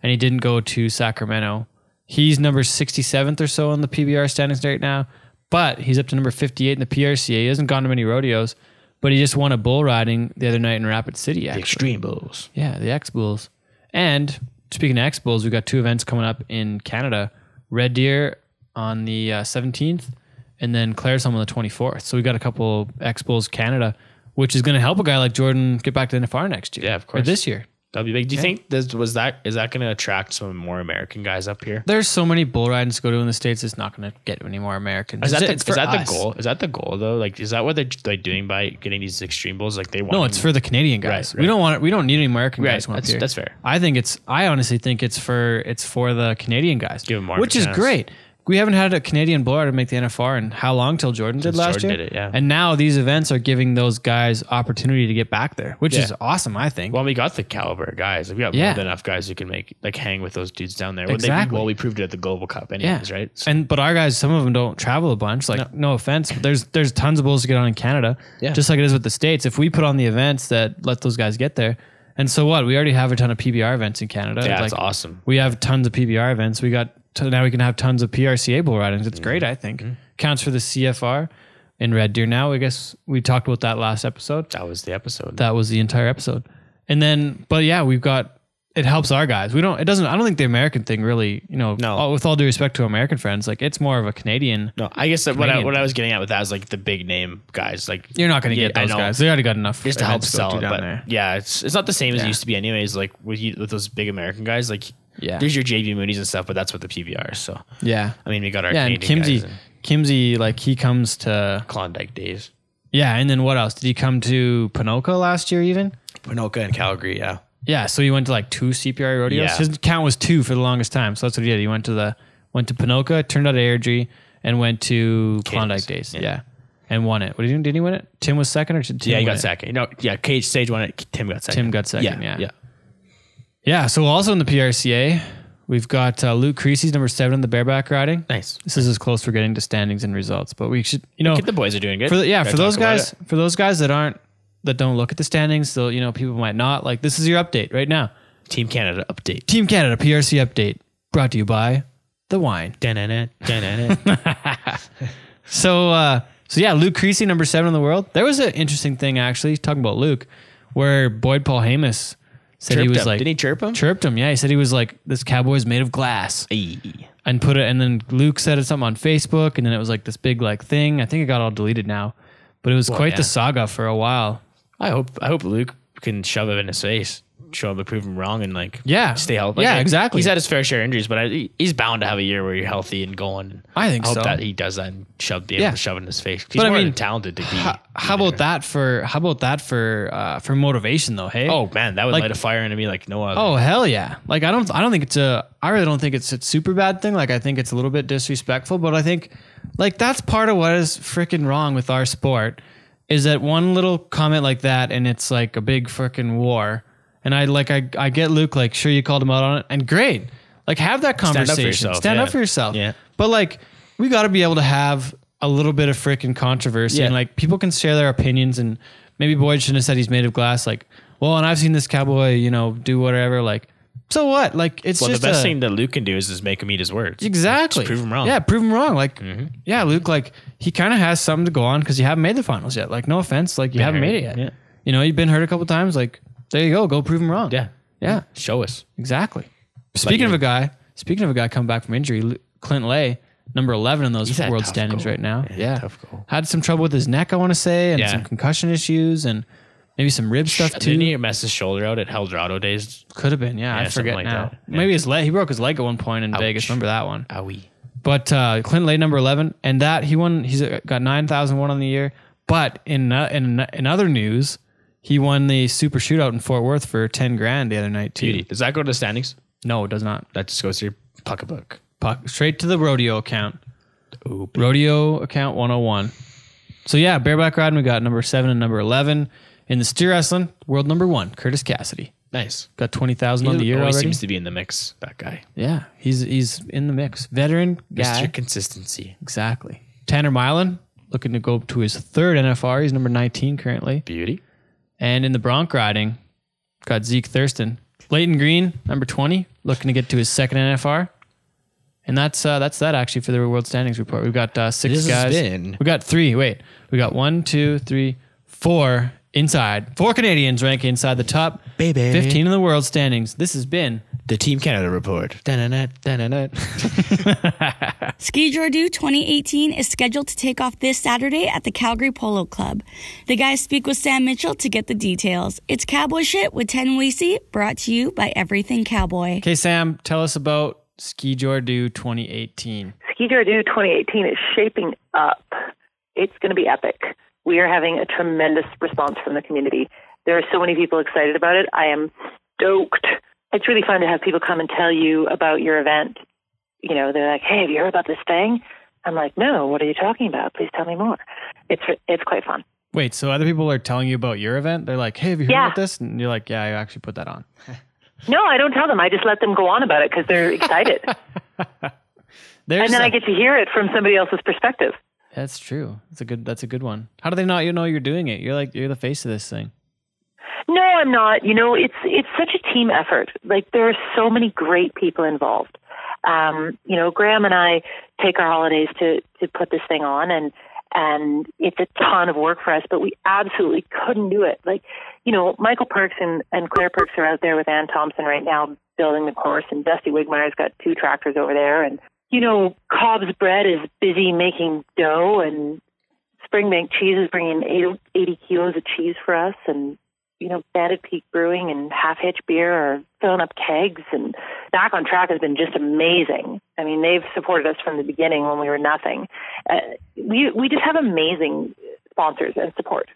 S2: and he didn't go to Sacramento. He's number sixty seventh or so in the PBR standings right now, but he's up to number fifty eight in the PRCA. He hasn't gone to many rodeos, but he just won a bull riding the other night in Rapid City. Actually,
S3: extreme bulls.
S2: yeah, the X Bulls. And speaking of X Bulls, we've got two events coming up in Canada Red Deer on the uh, 17th and then Claresome on the 24th. So we've got a couple X Bulls Canada, which is going to help a guy like Jordan get back to NFR next year.
S3: Yeah, of
S2: Or
S3: course.
S2: this year.
S3: That'd be big. Do you think this was that? Is that going to attract some more American guys up here?
S2: There's so many bull ridings to go to in the States, it's not going to get any more Americans.
S3: Is that,
S2: It's-
S3: the,
S2: it's
S3: is
S2: for
S3: that the
S2: us.
S3: goal? Is that the goal though? Like, is that what they're like doing by getting these extreme bulls? Like they want.
S2: No, it's for the Canadian guys.
S3: Right, right.
S2: We don't want it. We don't need any American
S3: Right,
S2: guys. Come up
S3: that's-
S2: here.
S3: that's fair.
S2: I think it's. I honestly think it's for it's for the Canadian guys.
S3: Give 'em more of a
S2: which is
S3: chance.
S2: great we haven't had a Canadian blowout to make the NFR and how long till Jordan did
S3: Since
S2: last
S3: Jordan
S2: year?
S3: did it, yeah.
S2: And now these events are giving those guys opportunity to get back there, which
S3: Yeah.
S2: is awesome. I think.
S3: Well, we got the caliber of guys. Like, we got
S2: Yeah.
S3: more than enough guys who can make like hang with those dudes down there. What they-
S2: Exactly.
S3: well, we proved it at the Global Cup,
S2: yeah,
S3: anyways, right? So-
S2: And but our guys, some of them don't travel a bunch. Like no, offense, but there's there's tons of bulls to get on in Canada.
S3: Yeah.
S2: just like it is with the states. If we put on the events that let those guys get there, and so what? We already have a ton of PBR events in Canada.
S3: yeah,
S2: like,
S3: it's awesome.
S2: We have tons of PBR events. We got to, now we can have tons of PRCA bull ridings. It's great,
S3: Mm-hmm.
S2: I think. Counts for the CFR in Red Deer. Now I guess we talked about that last episode.
S3: That was the episode.
S2: That was the entire episode. And then, but yeah, we've got. It helps our guys. We don't. It doesn't. I don't think the American thing really. You know,
S3: No.
S2: all- with all due respect to American friends, like it's more of a Canadian.
S3: no, I guess that what I,
S2: Canadian.
S3: what I was getting at with that is like the big name guys, like
S2: You're not going to
S3: Yeah,
S2: get
S3: I
S2: those
S3: know.
S2: guys. They already got enough
S3: just to help
S2: events go
S3: sell
S2: to
S3: it.
S2: down
S3: But
S2: there.
S3: yeah, it's it's not the same as
S2: Yeah.
S3: it used to be, anyways. Like with you, with those big American guys, like
S2: Yeah.
S3: there's your JV Moody's and stuff, but that's what the PBR. is, So
S2: yeah,
S3: I mean, we got our
S2: yeah. And
S3: Canadian
S2: Kimsey,
S3: guys and
S2: Kimsey, like he comes to
S3: Klondike days,
S2: yeah. And then what else? Did he come to Pinoca last year? Even
S3: Pinoca and Calgary. Yeah,
S2: Yeah, so he went to like two CPR rodeos.
S3: Yeah.
S2: His count was two for the longest time. So that's what he did. He went to the went to Pinoca, turned out Airdrie, and went to Klondike Days. Yeah.
S3: yeah.
S2: And won it. What did he do? Did he win it? Tim was second or did Tim
S3: yeah, he
S2: win
S3: got
S2: it?
S3: second. You know, yeah, Cage stage one. it- Tim got second.
S2: got second, yeah.
S3: yeah.
S2: Yeah, so also in the PRCA, we've got uh, Luke Creasy's number seven in the bareback riding.
S3: Nice.
S2: This is as close we're getting to standings and results, but we should you know
S3: The boys are doing good.
S2: for the, yeah
S3: Gotta
S2: for those
S3: talk about
S2: guys
S3: it.
S2: for those guys that aren't that don't look at the standings, so you know people might not like this is your update right now.
S3: Team Canada update.
S2: Team Canada PRC update brought to you by the wine.
S3: Da-na-na, da-na-na.
S2: So, uh, so yeah, Luke Creasy, number seven in the world. There was an interesting thing actually talking about Luke, where Boyd Paul Hamus said he
S3: Chirped
S2: was
S3: him.
S2: like,
S3: Didn't he chirp him?
S2: Chirped him. Yeah, he said he was like, this cowboy's made of glass,
S3: Ayy.
S2: and put it. And then Luke said it something on Facebook, and then it was like this big like thing. I think it got all deleted now, but it was quite
S3: yeah.
S2: the saga for a while.
S3: I hope I hope Luke can shove it in his face, show him to prove him wrong, and like
S2: Yeah.
S3: stay healthy.
S2: Yeah,
S3: Like,
S2: exactly.
S3: He's had his fair share of injuries, but I, he's bound to have a year where you're healthy and going.
S2: I think
S3: hope
S2: so.
S3: that he does that and shove be able
S2: Yeah.
S3: to shove it in his face. He's
S2: But I
S3: more
S2: mean,
S3: than talented to be.
S2: How about that for how about that for uh, for motivation though? Hey,
S3: oh man, that would
S2: Like-
S3: light a fire into me like no other.
S2: Oh hell yeah! Like I don't, I don't think it's a, I really don't think it's a super bad thing. Like I think it's a little bit disrespectful, but I think, like that's part of what is freaking wrong with our sport, is that one little comment like that and it's like a big freaking war. And I like I, I get Luke like sure you called him out on it and great, like have that
S3: up for
S2: conversation. Stand up for yourself.
S3: yourself, yeah. Yeah.
S2: But like we got to be able to have a little bit of freaking controversy
S3: Yeah.
S2: and like people can share their opinions and maybe Boyd shouldn't have said he's made of glass. Like, well, and I've seen this cowboy, you know, do whatever. Like, so what? Like, it's
S3: well, the
S2: just
S3: best
S2: a-
S3: thing that Luke can do is just make him eat his words.
S2: Exactly.
S3: Just prove him wrong. Mm-hmm.
S2: Yeah, prove him wrong. Like, yeah, Luke, like, he kind of has something to go on because you haven't made the finals yet. Like, no offense. Like, you haven't
S3: hurt.
S2: made it yet.
S3: Yeah.
S2: You know, you've been hurt a couple times. Like, there you go. Go prove him wrong.
S3: Yeah.
S2: Yeah.
S3: Show us.
S2: Exactly. Speaking of a guy, speaking of a guy coming back from injury, Lu- Clint Lay, number eleven in those
S3: had a
S2: world
S3: tough
S2: standings
S3: goal.
S2: right now. Yeah,
S3: Yeah, tough goal.
S2: had some trouble with his neck, I want to say, and
S3: Yeah.
S2: some concussion issues, and maybe some rib stuff too.
S3: Didn't he mess his shoulder out at Heldrado days?
S2: Could have been, yeah, I
S3: Yeah, something
S2: forget
S3: like
S2: now.
S3: that. Yeah.
S2: Maybe his leg. He broke his leg at one point in Vegas. Remember that one?
S3: Owie.
S2: But uh, Clint Lay, number eleven, and that he won. He's uh, got nine thousand one on the year. But in uh, in in other news, he won the super shootout in Fort Worth for ten grand the other night too.
S3: Beauty. Does that go to the standings?
S2: No, it does not.
S3: That just goes to your pocketbook. book.
S2: Puck straight to the rodeo account. Rodeo account 101. So yeah, bareback riding. We got number seven and number eleven in the steer wrestling world number one. Curtis Cassidy
S3: Nice.
S2: got twenty thousand on the year
S3: always
S2: already.
S3: seems to be in the mix. That guy.
S2: yeah, he's he's in the mix. Veteran guy.
S3: Mr. Consistency.
S2: Exactly. Tanner Milan looking to go to his third NFR. He's number nineteen currently.
S3: Beauty.
S2: And in the bronc riding, got Zeke Thurston. Leighton Green, number 20, looking to get to his second NFR. And that's uh, that's that actually for the World Standings report. We've got uh, six
S3: This has
S2: guys.
S3: been-
S2: We got three. Wait, we got one, two, three, four inside. Four Canadians rank inside the top
S3: Baby.
S2: 15 in the World Standings. This has been
S3: The Team Canada report. Da-na-na, da-na-na.
S1: Ski Jordu 2018 is scheduled to take off this Saturday at the Calgary Polo Club. The guys speak with Sam Mitchell to get the details. It's Cowboy Shit with Ten Weesey, brought to you by Everything Cowboy.
S2: okay. Sam, tell us about Ski Jordu 2018.
S6: Ski Jordu 2018 is shaping up. It's going to be epic. We are having a tremendous response from the community. There are so many people excited about it. I am stoked. It's really fun to have people come and tell you about your event you know, they're like, "Hey, have you heard about this thing?" I'm like, "No, what are you talking about? Please tell me more." It's it's quite fun.
S2: Wait, so other people are telling you about your event? They're like, "Hey, have you heard
S6: Yeah.
S2: about this?" And you're like, "Yeah, I actually put that on."
S6: No, I don't tell them. I just let them go on about it because they're excited,
S2: There's
S6: and then
S2: a-
S6: I get to hear it from somebody else's perspective.
S2: That's true. That's a good. That's a good one. How do they not? You know, you're doing it. You're like you're the face of this thing.
S6: No, I'm not. You know, it's it's such a team effort. Like there are so many great people involved. Um, you know, Graham and I take our holidays to to put this thing on, and and it's a ton of work for us, but we absolutely couldn't do it. Like, you know, Michael Perks and and Claire Perks are out there with Ann Thompson right now building the course, and Dusty Wigmeyer's got two tractors over there, and you know, Cobb's Bread is busy making dough, and Springbank Cheese is bringing eight- 80 kilos of cheese for us, and you know, Bandit Peak Brewing and Half Hitch Beer are filling up kegs, and Back on Track has been just amazing. I mean, they've supported us from the beginning when we were nothing. Uh, we we just have amazing sponsors and support.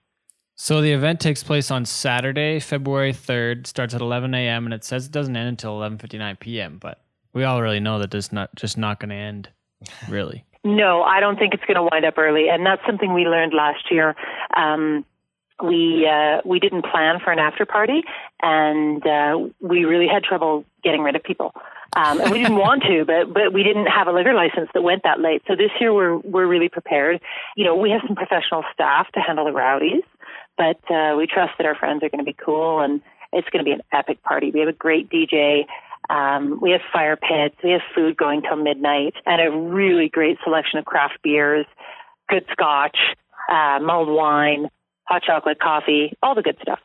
S2: So the event takes place on Saturday, February third. Starts at 11 a.m. and it says it doesn't end until 11:59 p.m. But we all really know that this not just not going to end, really.
S6: No, I don't think it's going to wind up early, and that's something we learned last year. Um, we uh, we didn't plan for an after party, and uh, we really had trouble getting rid of people. Um, and we didn't want to, but but we didn't have a liquor license that went that late. So this year we're we're really prepared. You know, we have some professional staff to handle the rowdies, but uh, we trust that our friends are going to be cool, and it's going to be an epic party. We have a great DJ. Um, we have fire pits. We have food going till midnight, and a really great selection of craft beers, good scotch, uh, mulled wine, hot chocolate coffee, all the good stuff.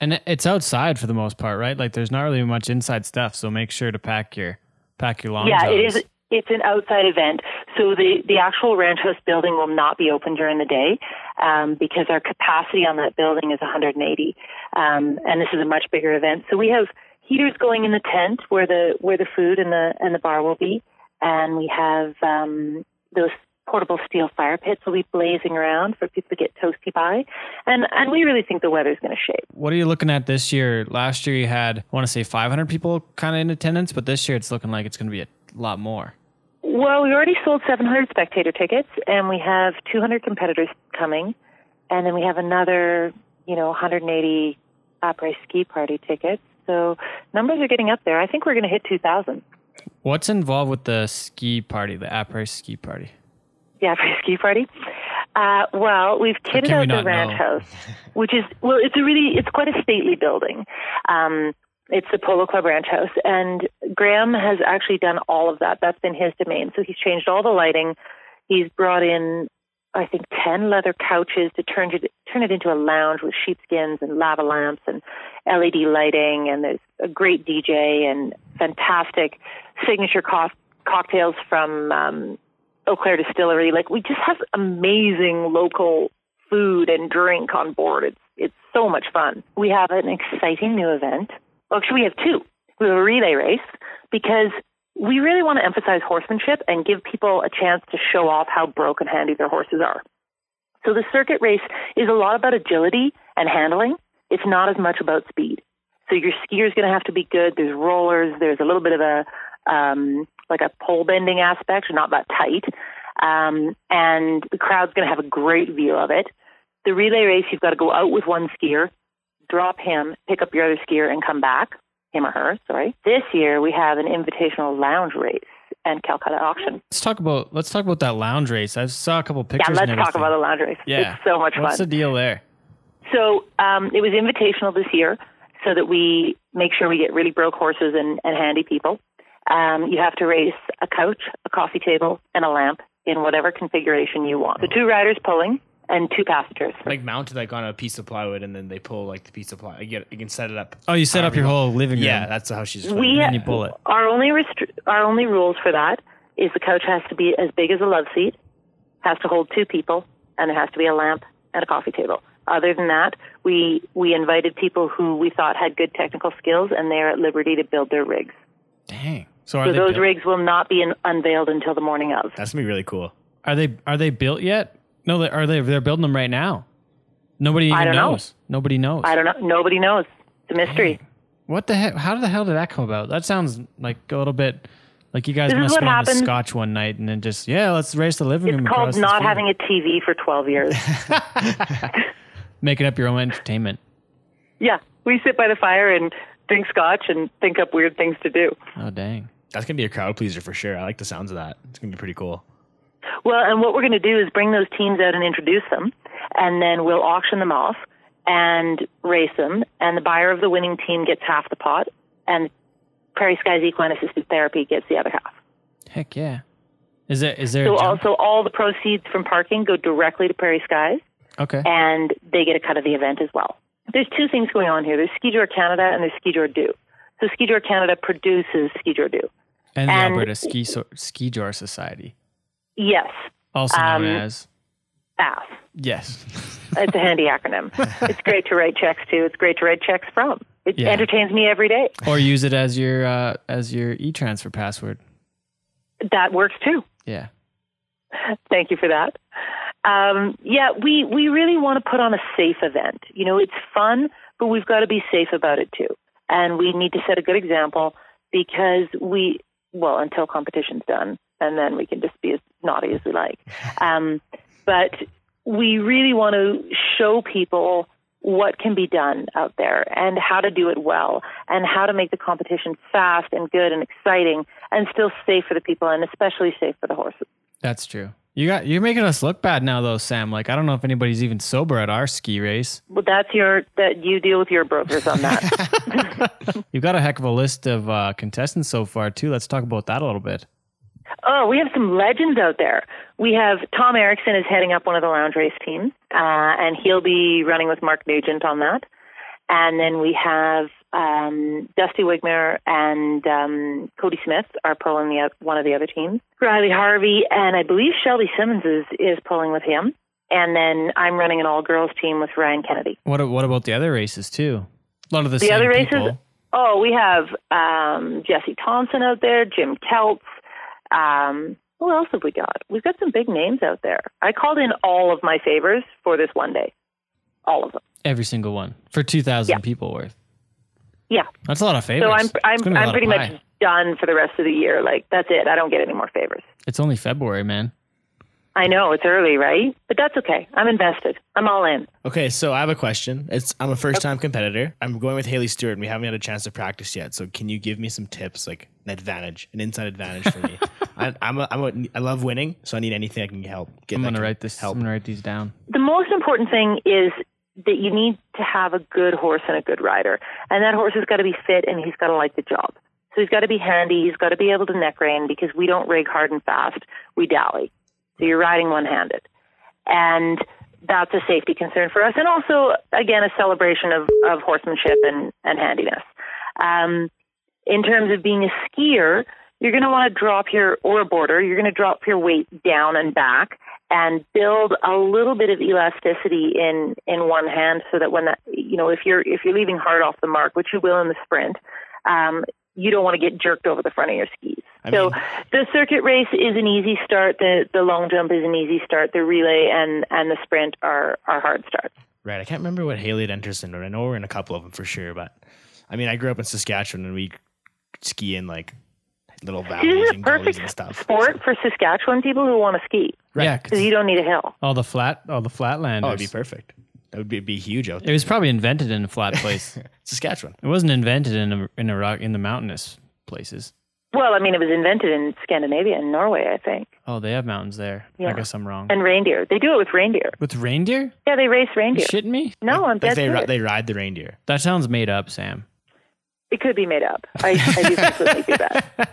S2: And it's outside for the most part, right? Like there's not really much inside stuff. So make sure to pack your pack your long.
S6: yeah, it
S2: johns.
S6: is. It's an outside event, so the the actual ranch house building will not be open during the day um, because our capacity on that building is 180, um, and this is a much bigger event. So we have heaters going in the tent where the where the food and the and the bar will be, and we have um, those portable steel fire pits will be blazing around for people to get toasty by, and and we really think the weather's going to shape.
S2: What are you looking at this year? Last year you had, I want to say 500 people kind of in attendance, but this year it's looking like it's going to be a lot more.
S6: Well, we already sold 700 spectator tickets, and we have 200 competitors coming, and then we have another, you know, 180 après ski party tickets. So numbers are getting up there. I think we're going to hit 2,000.
S2: What's involved with the ski party, the après ski party?
S6: The après ski party. Uh, well, we've kitted
S2: can we
S6: out the
S2: not
S6: ranch
S2: know?
S6: house, which is well, it's a really, it's quite a stately building. Um, it's the Polo Club Ranch House, and Graham has actually done all of that. That's been his domain. So he's changed all the lighting. He's brought in, I think, ten leather couches to turn it turn it into a lounge with sheepskins and lava lamps and LED lighting. And there's a great DJ and fantastic signature co- cocktails from um, Eau Claire Distillery. Like we just have amazing local food and drink on board. It's it's so much fun. We have an exciting new event. Well, Actually, we have two. We have a relay race because we really want to emphasize horsemanship and give people a chance to show off how broke and handy their horses are. So the circuit race is a lot about agility and handling. It's not as much about speed. So your skier's going to have to be good. There's rollers. There's a little bit of a um, like a pole bending aspect, not that tight. Um, and the crowd's going to have a great view of it. The relay race, you've got to go out with one skier, drop him, pick up your other skier, and come back. Him or her, sorry. This year we have an invitational lounge race and Calcutta auction.
S2: Let's talk about let's talk about that lounge race. I saw a couple pictures.
S6: yeah,
S2: and
S6: let's talk
S2: everything.
S6: about the lounge race.
S2: Yeah.
S6: It's so much fun.
S2: What's the deal there?
S6: So um, it was invitational this year, so that we make sure we get really broke horses and, and handy people. Um, you have to race a couch, a coffee table, and a lamp in whatever configuration you want. So two riders pulling and two passengers.
S3: Like mounted like on a piece of plywood, and then they pull like the piece of plywood. You, get, you can set it up.
S2: Oh, you set up your whole living room.
S3: Yeah, that's how she's.
S6: We
S2: then you pull it.
S6: our only restri- our only rules for that is the couch has to be as big as a love seat, has to hold two people, and there has to be a lamp and a coffee table. Other than that, we we invited people who we thought had good technical skills, and they are at liberty to build their rigs.
S2: Dang. So are
S6: So
S2: they
S6: those
S2: built,
S6: rigs will not be in, unveiled until the morning of.
S3: That's gonna be really cool.
S2: are they are they built yet? No, they are they they're building them right now. Nobody even
S6: I don't know.
S2: knows. Nobody knows.
S6: I don't know. Nobody knows. It's a mystery.
S2: What the heck? How the hell did that come about? That sounds like a little bit Like you guys
S6: This is
S2: must have
S6: what
S2: been on the
S6: happens-
S2: scotch one night and then just yeah, let's race the living room.
S6: It's
S2: across
S6: called
S2: this
S6: not
S2: field.
S6: having a TV for 12 years.
S2: making up your own entertainment.
S6: yeah, we sit by the fire and drink scotch and think up weird things to do.
S2: Oh dang.
S3: That's gonna be a crowd pleaser for sure. I like the sounds of that. It's gonna be pretty cool.
S6: Well, and what we're going to do is bring those teams out and introduce them, and then we'll auction them off and race them, and the buyer of the winning team gets half the pot, and Prairie Skies Equine Assisted Therapy gets the other half.
S2: Heck yeah. Is it is there a
S6: So
S2: jump?
S6: also all the proceeds from parking go directly to Prairie Skies,
S2: Okay.
S6: and they get a cut of the event as well. There's two things going on here. There's Ski Door Canada and there's Ski Door Do. So Ski Door Canada produces Ski Door Do.
S2: And the
S6: and-
S2: Alberta Ski so- Ski Jar Society.
S6: Yes,
S2: Also known
S6: Um,
S2: as
S6: ASS.
S2: Yes.
S6: It's a handy acronym. It's great to write checks to. It's great to write checks from. It
S2: Yeah.
S6: entertains me every day.
S2: Or use it as your uh, as your e transfer password.
S6: That works too.
S2: Yeah.
S6: Thank you for that. Um, yeah, we, we really want to put on a safe event. You know, it's fun, but we've got to be safe about it too. And we need to set a good example because we, well, until competition's done, and then we can just be as naughty as we like. Um, but we really want to show people what can be done out there and how to do it well and how to make the competition fast and good and exciting and still safe for the people and especially safe for the horses.
S2: That's true. You got you're making us look bad now though, Sam. Like I don't know if anybody's even sober at our ski race.
S6: Well, that's your that you deal with your brokers on that.
S2: You've got a heck of a list of uh, contestants so far too. Let's talk about that a little bit.
S6: oh, we have some legends out there. We have Tom Erickson is heading up one of the lounge race teams, uh, and he'll be running with Mark Nugent on that. And then we have um, Dusty Wigmer and um, Cody Smith are pulling the oth- one of the other teams. Riley Harvey and I believe Shelby Simmons is is pulling with him. And then I'm running an all girls team with Ryan Kennedy.
S2: What what about the other races too? A lot of the,
S6: The
S2: same
S6: other races,
S2: people.
S6: oh, we have um, Jesse Thompson out there, Jim Keltz. Um, who else have we got? We've got some big names out there. I called in all of my favors for this one day, all of them.
S2: Every single one for two thousand people worth.
S6: Yeah.
S2: That's a lot of favors.
S6: So I'm
S2: It's gonna
S6: I'm
S2: be a lot
S6: I'm
S2: of
S6: pretty
S2: pie.
S6: much done for the rest of the year. Like that's it. I don't get any more favors.
S2: It's only February, man.
S6: I know it's early, right? But that's okay. I'm invested. I'm all in.
S3: Okay, so I have a question. It's I'm a first time competitor. I'm going with Haley Stewart, and we haven't had a chance to practice yet. So can you give me some tips, like an advantage, an inside advantage for me? I, I'm a, I'm a, I love winning, so I need anything I can help. Get
S2: I'm
S3: that
S2: gonna
S3: can
S2: write this.
S3: Help.
S2: I'm gonna write these down.
S6: the most important thing is that you need to have a good horse and a good rider. And that horse has got to be fit and he's got to like the job. So he's got to be handy. He's got to be able to neck rein because we don't rig hard and fast. We dally. So you're riding one handed. And that's a safety concern for us. And also, again, a celebration of, of horsemanship and, and handiness. Um, in terms of being a skier, you're going to want to drop your or a border. You're going to drop your weight down and back and build a little bit of elasticity in in one hand, so that when that you know if you're if you're leaving hard off the mark, which you will in the sprint, um, you don't want to get jerked over the front of your skis. so the circuit race is an easy start. The the long jump is an easy start. The relay and and the sprint are are hard starts.
S3: Right. I can't remember what Haley had enters in, but I know we're in a couple of them for sure. But I mean, I grew up in Saskatchewan, and we ski in like little valleys
S6: This is a
S3: and gullies
S6: perfect
S3: and stuff.
S6: sport for Saskatchewan people who want to ski
S2: Yeah,
S6: because
S2: 'cause
S6: you don't need a hill.
S2: all the flat, all the flatlanders.
S3: Oh, it'd be perfect. That would be, be huge out there.
S2: it was probably invented in a flat place.
S3: Saskatchewan.
S2: it wasn't invented in a, in a rock in the mountainous places.
S6: Well, I mean, it was invented in Scandinavia and Norway, I think,
S2: Oh, they have mountains there. I
S6: Yeah.
S2: guess I'm wrong.
S6: and reindeer. They do it with reindeer.
S2: With reindeer?
S6: Yeah, they race reindeer.
S2: You shitting me?
S6: No, I'm
S3: Like
S6: dead
S3: they ri-
S6: serious.
S3: they ride the reindeer.
S2: That sounds made up, Sam.
S6: It could be made up. I, I do completely do that,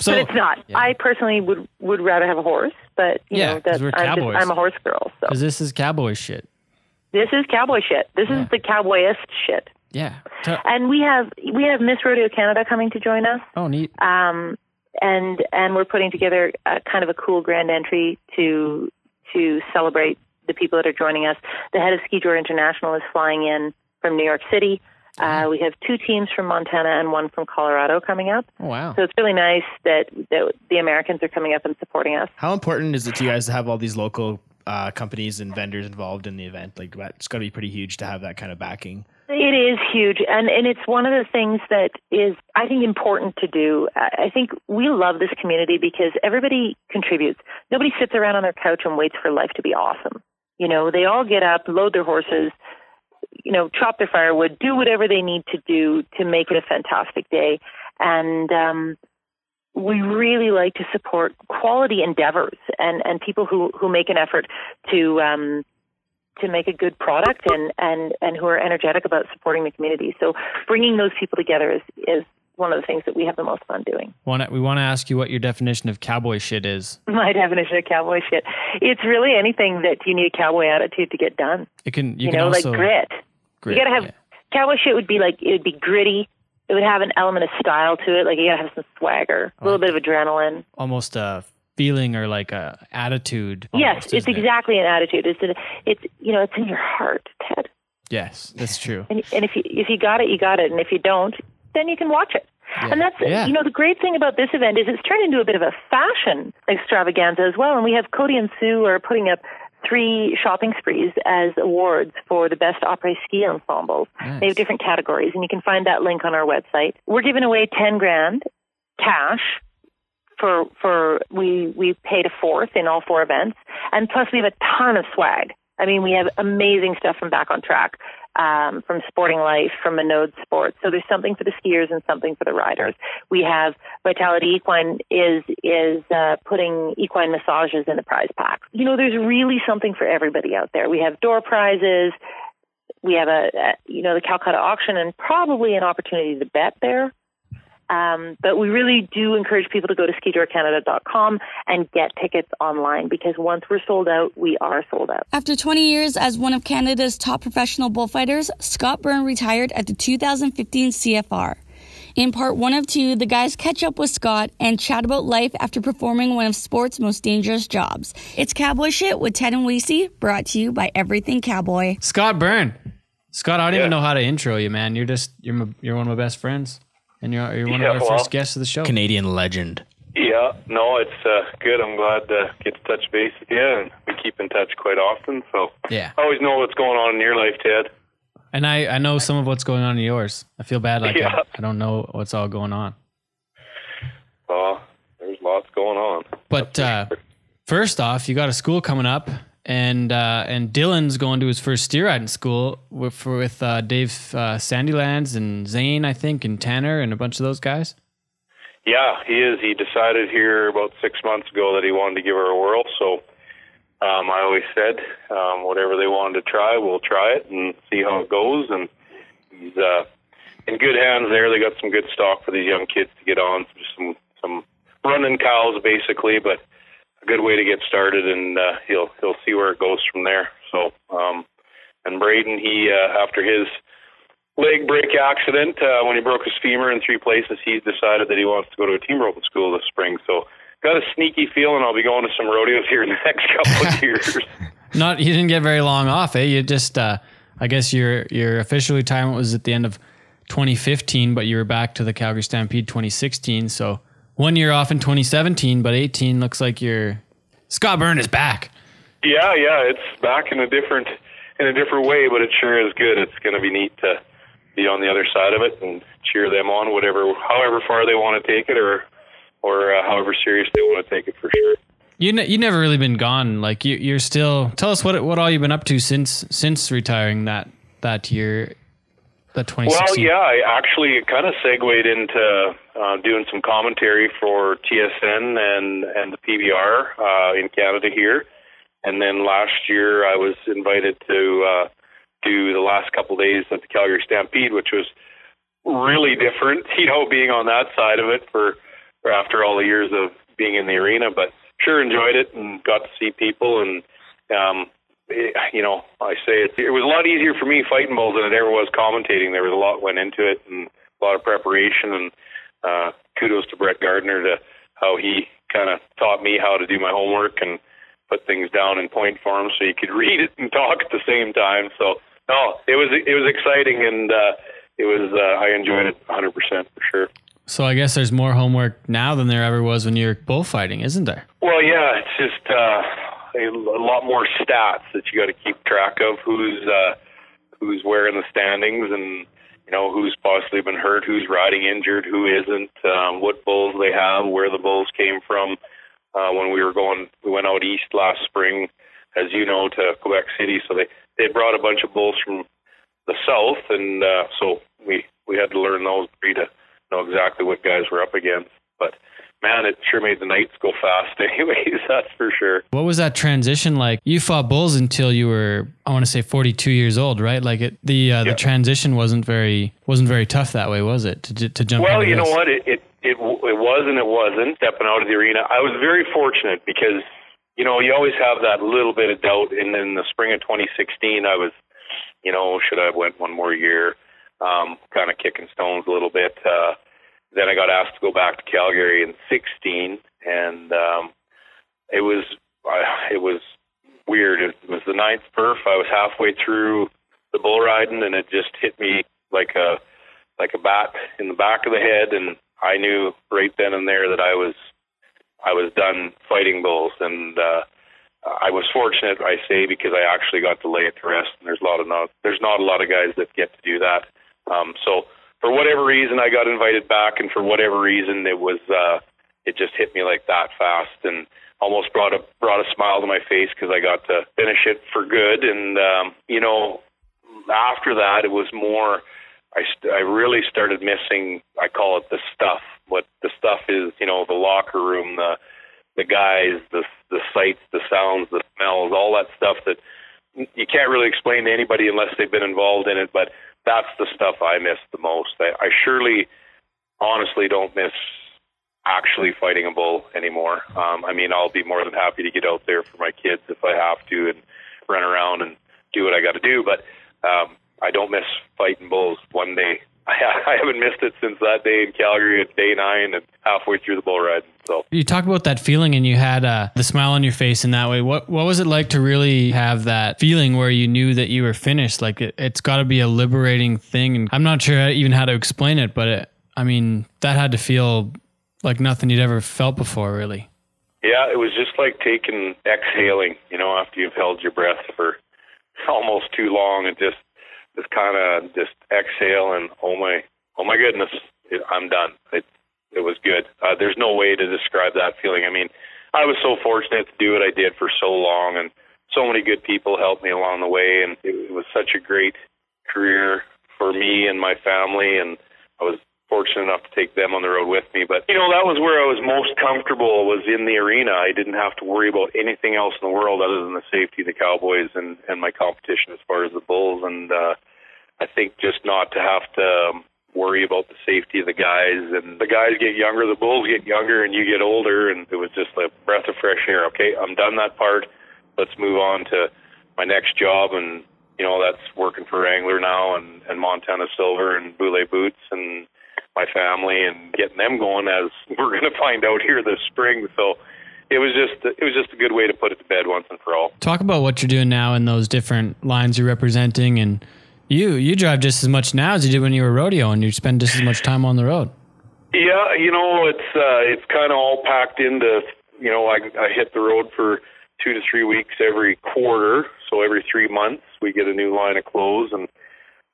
S2: So
S6: but it's not. I personally would would rather have a horse, but you
S2: Yeah,
S6: know,
S2: 'cause
S6: that's,
S2: we're
S6: I'm,
S2: cowboys.
S6: just, I'm a horse girl. So
S2: 'cause this is cowboy shit.
S6: this is cowboy shit. This is the cowboyist shit.
S2: Yeah. Ta-
S6: And we have we have Miss Rodeo Canada coming to join us.
S2: oh, neat.
S6: um, and and we're putting together a, kind of a cool grand entry to to celebrate the people that are joining us. The head of Ski Tour International is flying in from New York City.
S2: Mm-hmm.
S6: Uh, we have two teams from Montana and one from Colorado coming up.
S2: Oh, wow.
S6: So it's really nice that, that the Americans are coming up and supporting us.
S3: How important is it to you guys to have all these local uh, companies and vendors involved in the event? Like, it's got to be pretty huge to have that kind of backing.
S6: It is huge, and and it's one of the things that is I think important to do. I I think we love this community because everybody contributes. Nobody sits around on their couch and waits for life to be awesome. You know, they all get up, load their horses, you know, chop their firewood, do whatever they need to do to make it a fantastic day, and um, we really like to support quality endeavors and and people who who make an effort to. Um, to make a good product and, and, and who are energetic about supporting the community. So bringing those people together is, is one of the things that we have the most fun doing.
S2: Wanna, we want to ask you what your definition of cowboy shit is.
S6: My definition of cowboy shit. It's really anything that you need a cowboy attitude to get done.
S2: It can you,
S6: You,
S2: can
S6: know,
S2: also
S6: like grit.
S2: grit,
S6: You gotta have
S2: yeah.
S6: cowboy shit would be like it would be gritty. It would have an element of style to it. Like you gotta have some swagger, a little bit of adrenaline.
S2: almost a feeling or like a attitude.
S6: yes,
S2: almost,
S6: it's
S2: isn't it?
S6: exactly an attitude. It's an, it's you know it's in your heart, Ted.
S2: Yes, that's true.
S6: and, and if you if you got it, you got it, and if you don't, then you can watch it. And that's
S2: Yeah.
S6: you know the great thing about this event is it's turned into a bit of a fashion extravaganza as well. And we have Cody and Sue are putting up three shopping sprees as awards for the best opera ski ensembles. They have different categories, and you can find that link on our website. We're giving away ten grand cash for for we we paid a fourth in all four events, and plus we have a ton of swag. I mean, we have amazing stuff from Back on Track, um, from Sporting Life, from Minode Sports. So there's something for the skiers and something for the riders. We have Vitality Equine is is uh, putting equine massages in the prize packs. You know, there's really something for everybody out there. We have door prizes. We have a, a you know the Calcutta auction and probably an opportunity to bet there. Um, but we really do encourage people to go to skidoorcanada.com and get tickets online because once we're sold out, we are sold out.
S1: After 20 years as one of Canada's top professional bullfighters, Scott Byrne retired at the 2015 CFR. In part one of two, the guys catch up with Scott and chat about life after performing one of sport's most dangerous jobs. It's Cowboy Shit with Ted and Weesey, brought to you by Everything Cowboy.
S2: Scott Byrne. Scott, I don't even know how to intro you, man. You're just you're my, you're one of my best friends, and you're you're one
S7: Yeah,
S2: of our
S7: well.
S2: first guests of the show.
S3: Canadian legend.
S7: Yeah, no, it's uh, good. I'm glad to get to touch base with you, and we keep in touch quite often. So
S2: Yeah,
S7: I always know what's going on in your life, Ted.
S2: and I I know some of what's going on in yours. I feel bad, like I-
S7: Yeah.
S2: I, don't know what's all going on.
S7: So there's lots going on.
S2: But uh, first off, you got a school coming up, and uh, and Dylan's going to his first steer riding school with for- with uh, Dave uh, Sandylands and Zane, I think, and Tanner and a bunch of those guys.
S7: Yeah, he is. He decided here about six months ago that he wanted to give her a whirl. So um, I always said, um, whatever they wanted to try, we'll try it and see how it goes. And he's uh, in good hands there. They got some good stock for these young kids to get on, just some some running cows basically, but a good way to get started. And uh, he'll he'll see where it goes from there. So um, and Braden, he uh, after his leg break accident uh, when he broke his femur in three places. He's decided that he wants to go to a team roping school this spring. So got a sneaky feeling I'll be going to some rodeos here in the next couple of years.
S2: Not you didn't get very long off, eh? You just uh, I guess your your official retirement was at the end of 2015, but you were back to the Calgary Stampede 2016. So one year off in 2017, but 18 looks like you're Scott Byrne is back.
S7: Yeah, yeah, it's back in a different in a different way, but it sure is good. It's going to be neat to be on the other side of it and cheer them on, whatever, however far they want to take it, or or uh, however serious they want to take it for sure.
S2: You ne- you never really been gone. Like you you're still. Tell us what what all you've been up to since since retiring that that year, that 2016.
S7: Well, yeah, I actually kind of segued into uh, doing some commentary for TSN and and the PBR uh, in Canada here, and then last year I was invited to uh, do the last couple days at the Calgary Stampede, which was really different, you know, being on that side of it for, for after all the years of being in the arena. But sure enjoyed it and got to see people and. Um, it, you know, I say it, it was a lot easier for me fighting bulls than it ever was commentating. There was a lot went into it and a lot of preparation. And uh, kudos to Brett Gardner to how he kind of taught me how to do my homework and put things down in point form so you could read it and talk at the same time. So no, it was it was exciting and uh, it was uh, I enjoyed it 100% for sure.
S2: So I guess there's more homework now than there ever was when you were bullfighting, isn't there?
S7: Well, yeah, it's just uh, a lot more stats that you got to keep track of. Who's uh, who's where in the standings and you know who's possibly been hurt, who's riding injured, who isn't, um, what bulls they have, where the bulls came from. Uh, when we were going, we went out east last spring, as you know, to Quebec City. So they they brought a bunch of bulls from the south, and uh, so we we had to learn those three to know exactly what guys were up against. But man, it sure made the nights go fast. Anyways, that's for sure.
S2: What was that transition like? You fought bulls until you were, I want to say, forty-two years old, right? Like it, the uh, the
S7: Yeah.
S2: transition wasn't very wasn't very tough that way, was it? To, ju- to jump.
S7: Well,
S2: into
S7: you know
S2: this?
S7: what? It, it it w- it was and it wasn't stepping out of the arena. I was very fortunate because you know you always have that little bit of doubt. And in the spring of 2016, I was, you know, should I have went one more year? Um, kind of kicking stones a little bit. Uh, then I got asked to go back to Calgary in 16, and um, it was I it was weird. It was the ninth perf. I was halfway through the bull riding, and it just hit me like a like a bat in the back of the head and I knew right then and there that I was I was done fighting bulls and uh I was fortunate I say because I actually got to lay it to rest and there's a lot of not there's not a lot of guys that get to do that. Um so for whatever reason I got invited back and for whatever reason it was uh it just hit me like that fast and almost brought a brought a smile to my face because I got to finish it for good and um you know after that, it was more. I st- I really started missing. I call it the stuff. What the stuff is, you know, the locker room, the the guys, the the sights, the sounds, the smells, all that stuff that you can't really explain to anybody unless they've been involved in it. But that's the stuff I miss the most. I, I surely, honestly, don't miss actually fighting a bull anymore. Um, I mean, I'll be more than happy to get out there for my kids if I have to and run around and do what I got to do. But um, I don't miss fighting bulls one day. I, I haven't missed it since that day in Calgary at day nine and halfway through the bull ride. So
S2: You talk about that feeling, and you had uh, the smile on your face in that way. What what was it like to really have that feeling where you knew that you were finished? Like it, it's got to be a liberating thing, and I'm not sure even how to explain it, but it, I mean that had to feel like nothing you'd ever felt before, really.
S7: yeah, it was just like taking exhaling, you know, after you've held your breath for almost too long and just just kind of just exhale and oh my oh my goodness, it, I'm done. It it was good. Uh, there's no way to describe that feeling. I mean, I was so fortunate to do what I did for so long, and so many good people helped me along the way, and it, it was such a great career for me and my family, and I was fortunate enough to take them on the road with me. But you know, that was where I was most comfortable was in the arena. I didn't have to worry about anything else in the world other than the safety of the Cowboys and and my competition as far as the Bulls. And uh, I think just not to have to um, worry about the safety of the guys. And the guys get younger, the Bulls get younger, and you get older. And it was just a breath of fresh air. Okay, I'm done that part. Let's move on to my next job and. You know that's working for Wrangler now, and and Montana Silver and Boule Boots, and my family and getting them going as we're going to find out here this spring. So it was just it was just a good way to put it to bed once and for all.
S2: Talk about what you're doing now in those different lines you're representing, and you you drive just as much now as you did when you were rodeo, and you spend just as much time on the road.
S7: Yeah, you know, it's uh it's kind of all packed into, you know, I I hit the road for 2 to 3 weeks every quarter, so every 3 months we get a new line of clothes and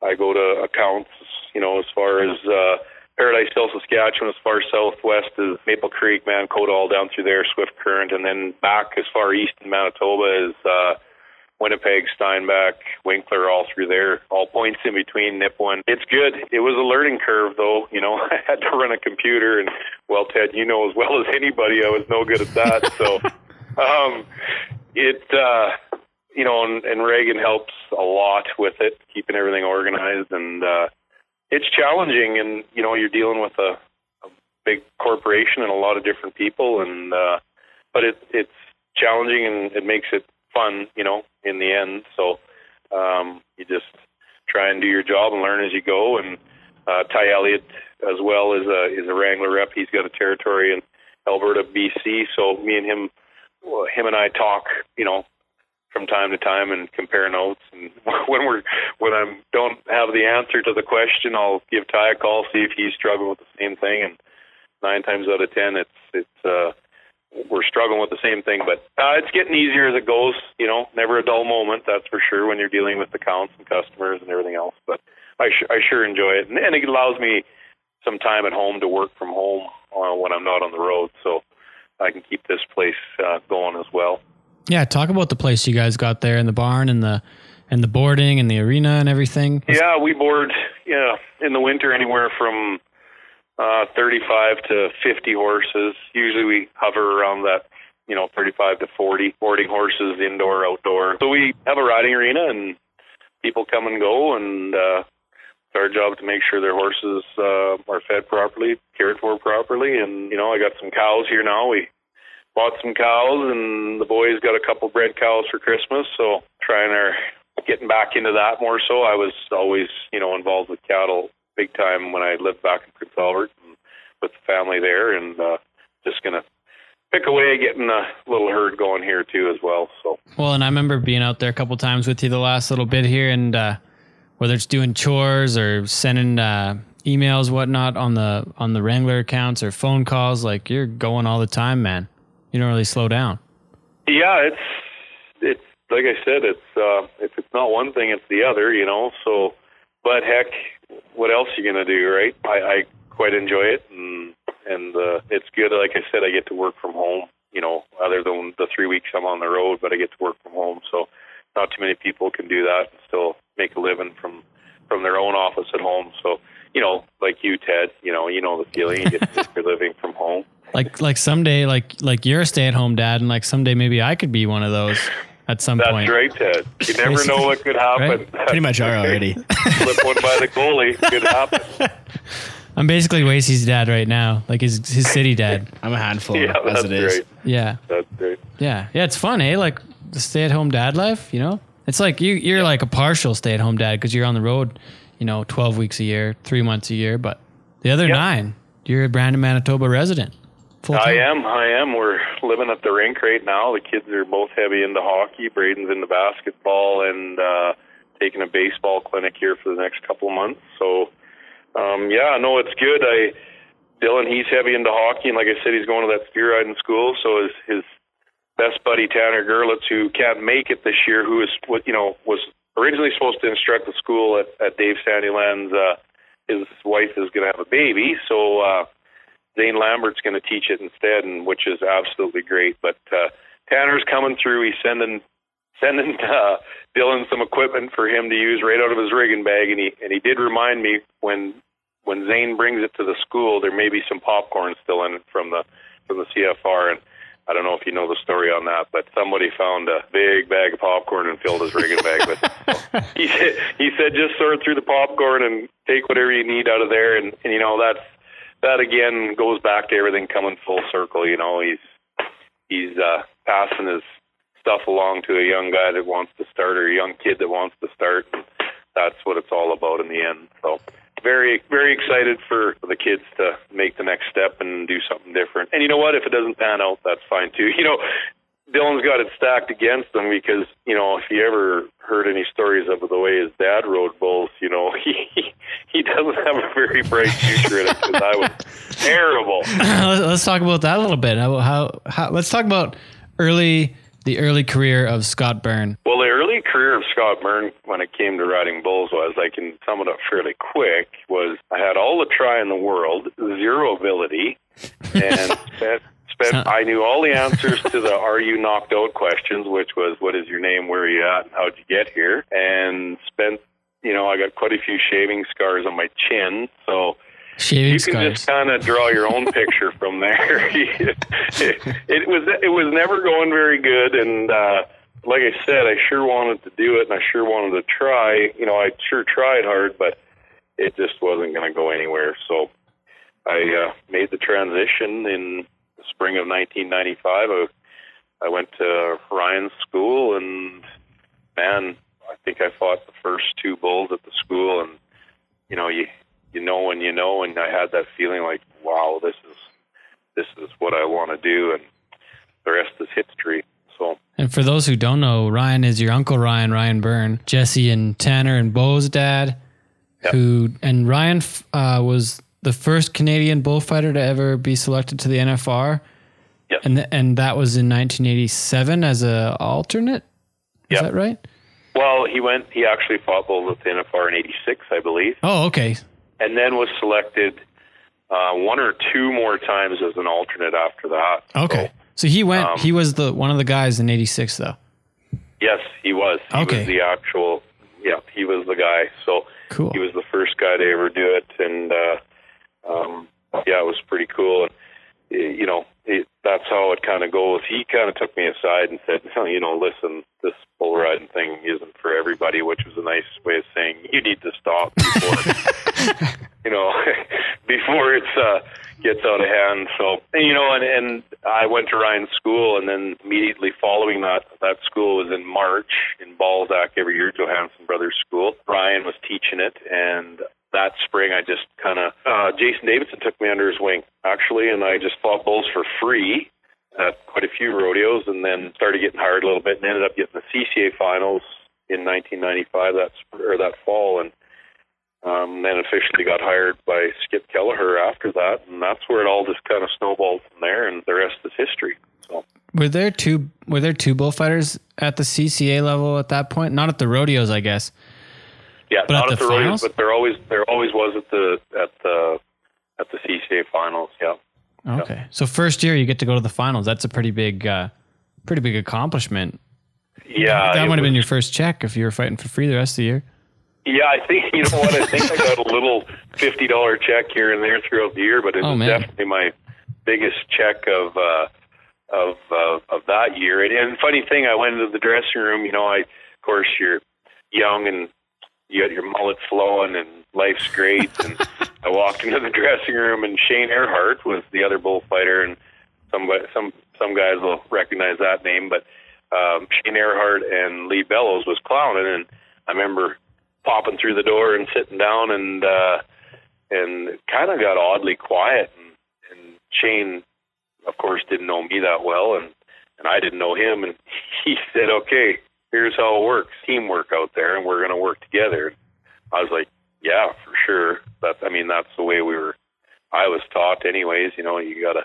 S7: I go to accounts, you know, as far as uh Paradise Hill, Saskatchewan, as far southwest as Maple Creek, Mancota, all down through there, Swift Current, and then back as far east in Manitoba as uh Winnipeg, Steinbach, Winkler, all through there, all points in between Nipwin. It's good. It was a learning curve, though. You know, I had to run a computer, and well, Ted, you know as well as anybody, I was no good at that. So, um, it, uh, you know, and, and Reagan helps a lot with it, keeping everything organized, and uh, it's challenging. And you know, you're dealing with a, a big corporation and a lot of different people, and uh, but it it's challenging and it makes it fun, you know, in the end. So um, you just try and do your job and learn as you go. And uh, Ty Elliott as well is a is a Wrangler rep. He's got a territory in Alberta, BC. So me and him, well, him and I talk, you know, from time to time and compare notes. And when we're when I'm don't have the answer to the question, I'll give Ty a call, see if he's struggling with the same thing. And nine times out of ten, it's it's uh, we're struggling with the same thing, but uh, it's getting easier as it goes. You know, never a dull moment, that's for sure, when you're dealing with accounts and customers and everything else. But I, su I sure enjoy it, and, and it allows me some time at home to work from home uh, when I'm not on the road, so I can keep this place uh, going as well.
S2: Yeah, talk about the place you guys got there in the barn and the and the boarding and the arena and everything.
S7: Yeah, we board yeah in the winter anywhere from uh, 35 to 50 horses. Usually we hover around that, you know, 35 to 40 boarding horses, indoor, outdoor. So we have a riding arena and people come and go, and uh, it's our job to make sure their horses uh, are fed properly, cared for properly. And you know, I got some cows here now. We bought some cows, and the boys got a couple bred cows for Christmas. So trying our getting back into that more so. I was always, you know, involved with cattle big time when I lived back in Prince Albert and with the family there, and uh, just gonna pick away getting a little herd going here too as well. So
S2: Well, and I remember being out there a couple times with you the last little bit here, and uh, whether it's doing chores or sending uh, emails, whatnot on the on the Wrangler accounts or phone calls, like you're going all the time, man. You don't really slow down.
S7: yeah, it's it's like I said, it's uh, if it's not one thing, it's the other, you know. So, but heck, what else you gonna do, right? I, I quite enjoy it, and and uh, it's good. Like I said, I get to work from home, you know, other than the three weeks I'm on the road, but I get to work from home. So, not too many people can do that and still make a living from from their own office at home. So, you know, like you, Ted, you know, you know the feeling. You get to make your living from home.
S2: Like like someday, like like you're a stay at home dad, and like someday maybe I could be one of those at some
S7: That's
S2: point.
S7: right, Ted. You never know what could happen.
S3: Pretty much are already.
S7: Flip one by the goalie. Could happen.
S2: I'm basically Wasey's dad right now, like his his city dad.
S3: I'm a handful
S7: Yeah,
S3: as
S7: that's
S3: it is.
S7: great.
S2: Yeah.
S7: That's great.
S2: Yeah, yeah, it's fun, eh? Like the stay-at-home dad life, you know. It's like you you're like a partial stay-at-home dad because you're on the road, you know, twelve weeks a year, three months a year, but the other nine, you're a Brandon, Manitoba resident. Full
S7: I am. I am. We're living at the rink right now. The kids are both heavy into hockey. Braden's into basketball and uh, taking a baseball clinic here for the next couple of months. So, um, yeah, no, it's good. I Dylan, he's heavy into hockey, and like I said, he's going to that spear riding school. So his his best buddy Tanner Gerlitz, who can't make it this year, who is what you know was originally supposed to instruct the school at, at Dave Sandyland's. Uh, his wife is going to have a baby, so. uh Zane Lambert's going to teach it instead, and which is absolutely great. But uh, Tanner's coming through. He's sending sending uh, Dylan some equipment for him to use right out of his rigging bag, and he and he did remind me when when Zane brings it to the school, there may be some popcorn still in it from the from the CFR, and I don't know if you know the story on that, but somebody found a big bag of popcorn and filled his rigging bag with. He said, he said, just sort through the popcorn and take whatever you need out of there, and, and you know that's that again goes back to everything coming full circle. You know, he's he's uh, passing his stuff along to a young guy that wants to start or a young kid that wants to start. And that's what it's all about in the end. So very very excited for the kids to make the next step and do something different. And you know what? If it doesn't pan out, that's fine too. You know. Dylan's got it stacked against him because, you know, if you ever heard any stories of the way his dad rode bulls, you know, he he doesn't have a very bright future in it because I was terrible.
S2: let's, let's talk about that a little bit. How, how, how, let's talk about early the early career of Scott Byrne.
S7: Well, the early career of Scott Byrne when it came to riding bulls was, I can sum it up fairly quick, was I had all the try in the world, zero ability, and spent, spent I knew all the answers to the are you knocked out questions, which was what is your name, where are you at, and how'd you get here? And spent, you know, I got quite a few shaving scars on my chin, so
S2: Shaving
S7: you can
S2: scars.
S7: just kind of draw your own picture from there. it, it was it was never going very good, and uh, like I said, I sure wanted to do it, and I sure wanted to try. You know, I sure tried hard, but it just wasn't going to go anywhere. So I uh, made the transition in the spring of 1995. I, I went to Ryan's school, and man, I think I fought the first two bulls at the school, and you know, you you know when you know, and I had that feeling like, wow, this is this is what I want to do, and the rest is history. So
S2: And for those who don't know, Ryan is your uncle Ryan, Ryan Byrne, Jesse and Tanner and Bo's dad, who and Ryan f- uh, was the first Canadian bullfighter to ever be selected to the NFR.
S7: Yes.
S2: And th- and that was in 1987 as a alternate. Is
S7: Yep.
S2: that right?
S7: Well, he went. He actually fought both with NFR in '86, I believe,
S2: Oh, okay.
S7: and then was selected uh, one or two more times as an alternate after that.
S2: Okay. So he went.
S7: Um,
S2: he was the one of the guys in '86 though.
S7: Yes, he was. He
S2: Okay.
S7: was the actual. Yeah, he was the guy. So
S2: Cool.
S7: he was the first guy to ever do it, and uh, um, yeah, it was pretty cool. And eh, you know, it, that's how it kind of goes. He kind of took me aside and said, "No, "You know, listen, this bull riding thing isn't for everybody," which was a nice way of saying you need to stop before, you know, before it's uh, gets out of hand. So and, you know, and and I went to Ryan's school, and then immediately following that, that school was in March in Balzac every year, Johansson Brothers School. Ryan was teaching it, and that spring I just kind of uh, Jason Davidson took me under his wing actually, and I just fought bulls for free at quite a few rodeos, and then started getting hired a little bit, and ended up getting the CCA finals in 1995 that sp- or that fall, and um, then officially got hired by Skip Kelleher after that, and that's where it all just kind of snowballed from there, and the rest is history. So
S2: Were there two? Were there two bullfighters at the CCA level at that point? Not at the rodeos, I guess.
S7: yeah,
S2: But at
S7: not
S2: the
S7: at the, rodeos,
S2: finals?
S7: but there always there always was at the at the at the CCA finals. Yeah.
S2: Okay. So first year you get to go to the finals. That's a pretty big, uh, pretty big accomplishment.
S7: Yeah,
S2: that
S7: it
S2: might have been your
S7: was-
S2: first check if you were fighting for free the rest of the year.
S7: Yeah, I think you know what I think. I got a little fifty dollar check here and there throughout the year, but it
S2: Oh,
S7: was
S2: man.
S7: definitely my biggest check of uh, of uh, of that year. And, and funny thing, I went into the dressing room. You know, I of course you're young and you got your mullet flowing and life's great. And I walked into the dressing room and Shane Earhart was the other bullfighter, and some guy- some some guys will recognize that name, but um, Shane Earhart and Lee Bellows was clowning, and I remember popping through the door and sitting down and uh and it kind of got oddly quiet and, and Shane of course didn't know me that well and and I didn't know him and he said okay here's how it works teamwork out there and we're going to work together I was like yeah for sure that I mean that's the way we were I was taught anyways you know you got to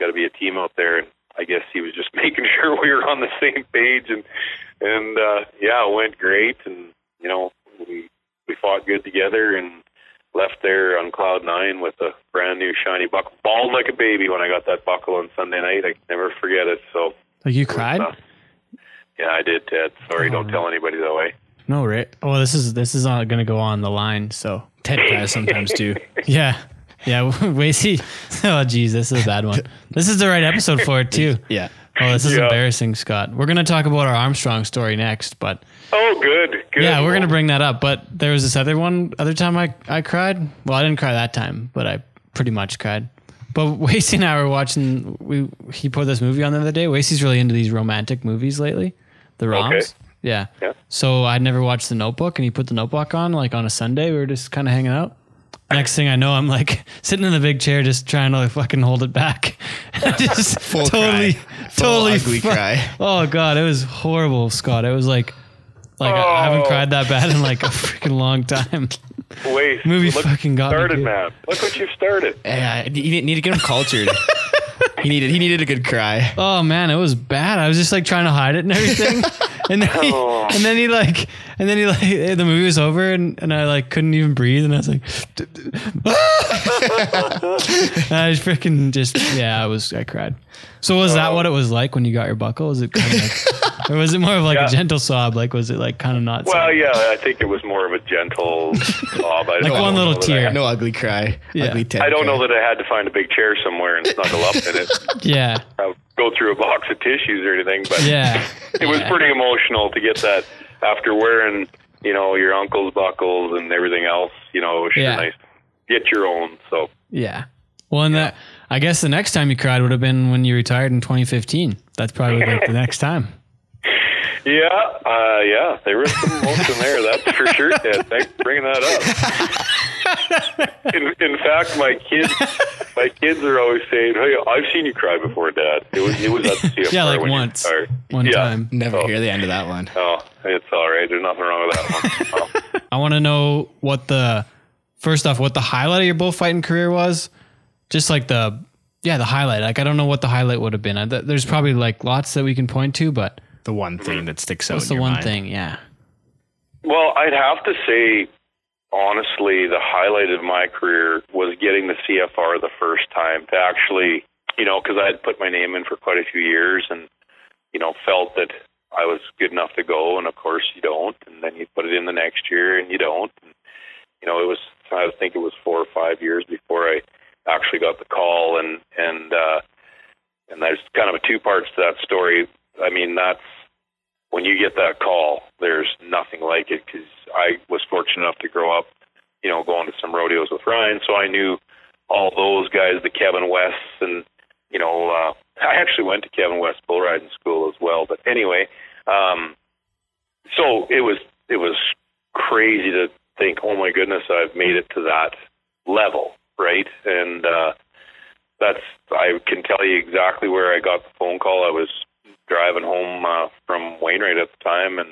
S7: got to be a team out there and I guess he was just making sure we were on the same page and and uh yeah it went great and you know we we fought good together and left there on cloud nine with a brand new shiny buckle bald like a baby when I got that buckle on Sunday night I can never forget it so
S2: Like you cried?
S7: uh, yeah I did Ted sorry don't tell anybody that way
S2: No, right? Well, this is this is not going to go on the line. So Ted cries sometimes too. Yeah, yeah. Wacy. Oh, geez, this is a bad one. This is the right episode for it too.
S3: Yeah.
S2: Oh, this is
S7: Yeah.
S2: embarrassing, Scott. We're going to talk about our Armstrong story next, but
S7: oh good good
S2: yeah, we're going to bring that up. But there was this other one, other time I, I cried. Well, I didn't cry that time, but I pretty much cried. But Wacy and I were watching, we he put this movie on the other day. Wacy's really into these romantic movies lately, the roms. Yeah.
S7: Yeah.
S2: So I'd never watched The Notebook, and he put The Notebook on like on a Sunday. We were just kind of hanging out. Next thing I know, I'm like sitting in the big chair, just trying to like, fucking hold it back. just
S3: Full
S2: totally,
S3: cry. Full
S2: totally
S3: ugly
S2: fu-
S3: cry.
S2: Oh god, it was horrible, Scott. It was like, like I- I haven't
S7: Oh.
S2: cried that bad in like a freaking long time.
S7: wait
S2: Movie
S7: look
S2: fucking got me
S7: started
S2: good.
S7: man look what you've started
S3: Yeah, you need, need to get him cultured. he needed he needed a good cry.
S2: Oh man, it was bad. I was just like trying to hide it and everything. and then he,
S7: Oh.
S2: and then he like and then he like the movie was over and, and I like couldn't even breathe and I was like And I was freaking just yeah, I was I cried. So was
S7: Oh.
S2: that what it was like when you got your buckle? Was it kind of like, or was it more of like
S7: Yeah.
S2: a gentle sob? Like was it like kind of not
S7: well yeah I think it was more of a gentle sob I
S2: Like
S7: don't
S2: one
S7: know
S2: little
S7: that I-
S2: tear.
S3: No ugly cry.
S2: Yeah.
S3: Ugly Ted.
S7: I don't
S3: cry.
S7: know that I had to find a big chair somewhere and snuggle up in it.
S2: yeah.
S7: I'll go through a box of tissues or anything, but
S2: Yeah.
S7: it was pretty emotional to get that after wearing, you know, your uncle's buckles and everything else. You know, it was sure
S2: Yeah.
S7: nice. Get your own. So
S2: Yeah. Well, and that I guess the next time you cried would have been when you retired in 2015. That's probably like the next time.
S7: yeah, uh, yeah, there was some emotion there. That's for sure. Ted. Thanks for bringing that up. In, in fact, my kids, my kids are always saying, "Hey, I've seen you cry before, Dad. It was, it was at the CFR
S2: Yeah, like
S7: when you
S2: once.
S7: retired."
S2: One
S7: Yeah.
S2: time.
S3: Never hear the end of that one.
S7: Oh, it's all right. There's nothing wrong with that one. Oh.
S2: I want to know what the first off what the highlight of your bullfighting career was, just like the yeah, the highlight. Like I don't know what the highlight would have been. I, th- there's probably like lots that we can point to, but
S3: The one thing that sticks out.
S2: what's
S3: in
S2: the
S3: your
S2: one
S3: mind?
S2: thing? Yeah.
S7: Well, I'd have to say, honestly, the highlight of my career was getting the CFR the first time to actually, you know, because I had put my name in for quite a few years and, you know, felt that I was good enough to go. And of course, you don't. And then you put it in the next year and you don't. And, you know, it was, I think it was four or five years before I actually got the call. And, and, uh, and there's kind of a two parts to that story. I mean, that's, when you get that call, there's nothing like it because I was fortunate enough to grow up, you know, going to some rodeos with Ryan, so I knew all those guys, the Kevin Wests, and you know, uh, I actually went to Kevin West bull riding school as well. But anyway, um, so it was it was crazy to think, oh my goodness, I've made it to that level, right? And uh, that's I can tell you exactly where I got the phone call. I was driving home uh, from Wainwright at the time, and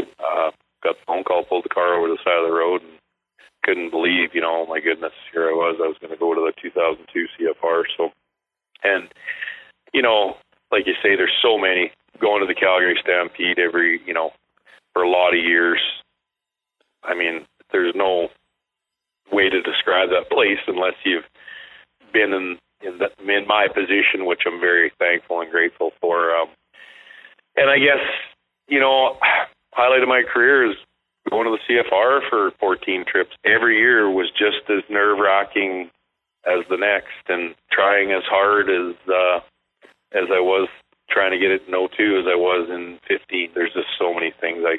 S7: uh, got the phone call, pulled the car over to the side of the road, and couldn't believe, you know, oh my goodness, here I was. I was going to go to the 2002 CFR. So, and you know, like you say, there's so many going to the Calgary Stampede every, you know, for a lot of years. I mean, there's no way to describe that place unless you've been in in, the, in my position, which I'm very thankful and grateful for. Um, and I guess you know, highlight of my career is going to the CFR for 14 trips every year was just as nerve wracking as the next, and trying as hard as uh, as I was trying to get it in 02 as I was in 15. There's just so many things I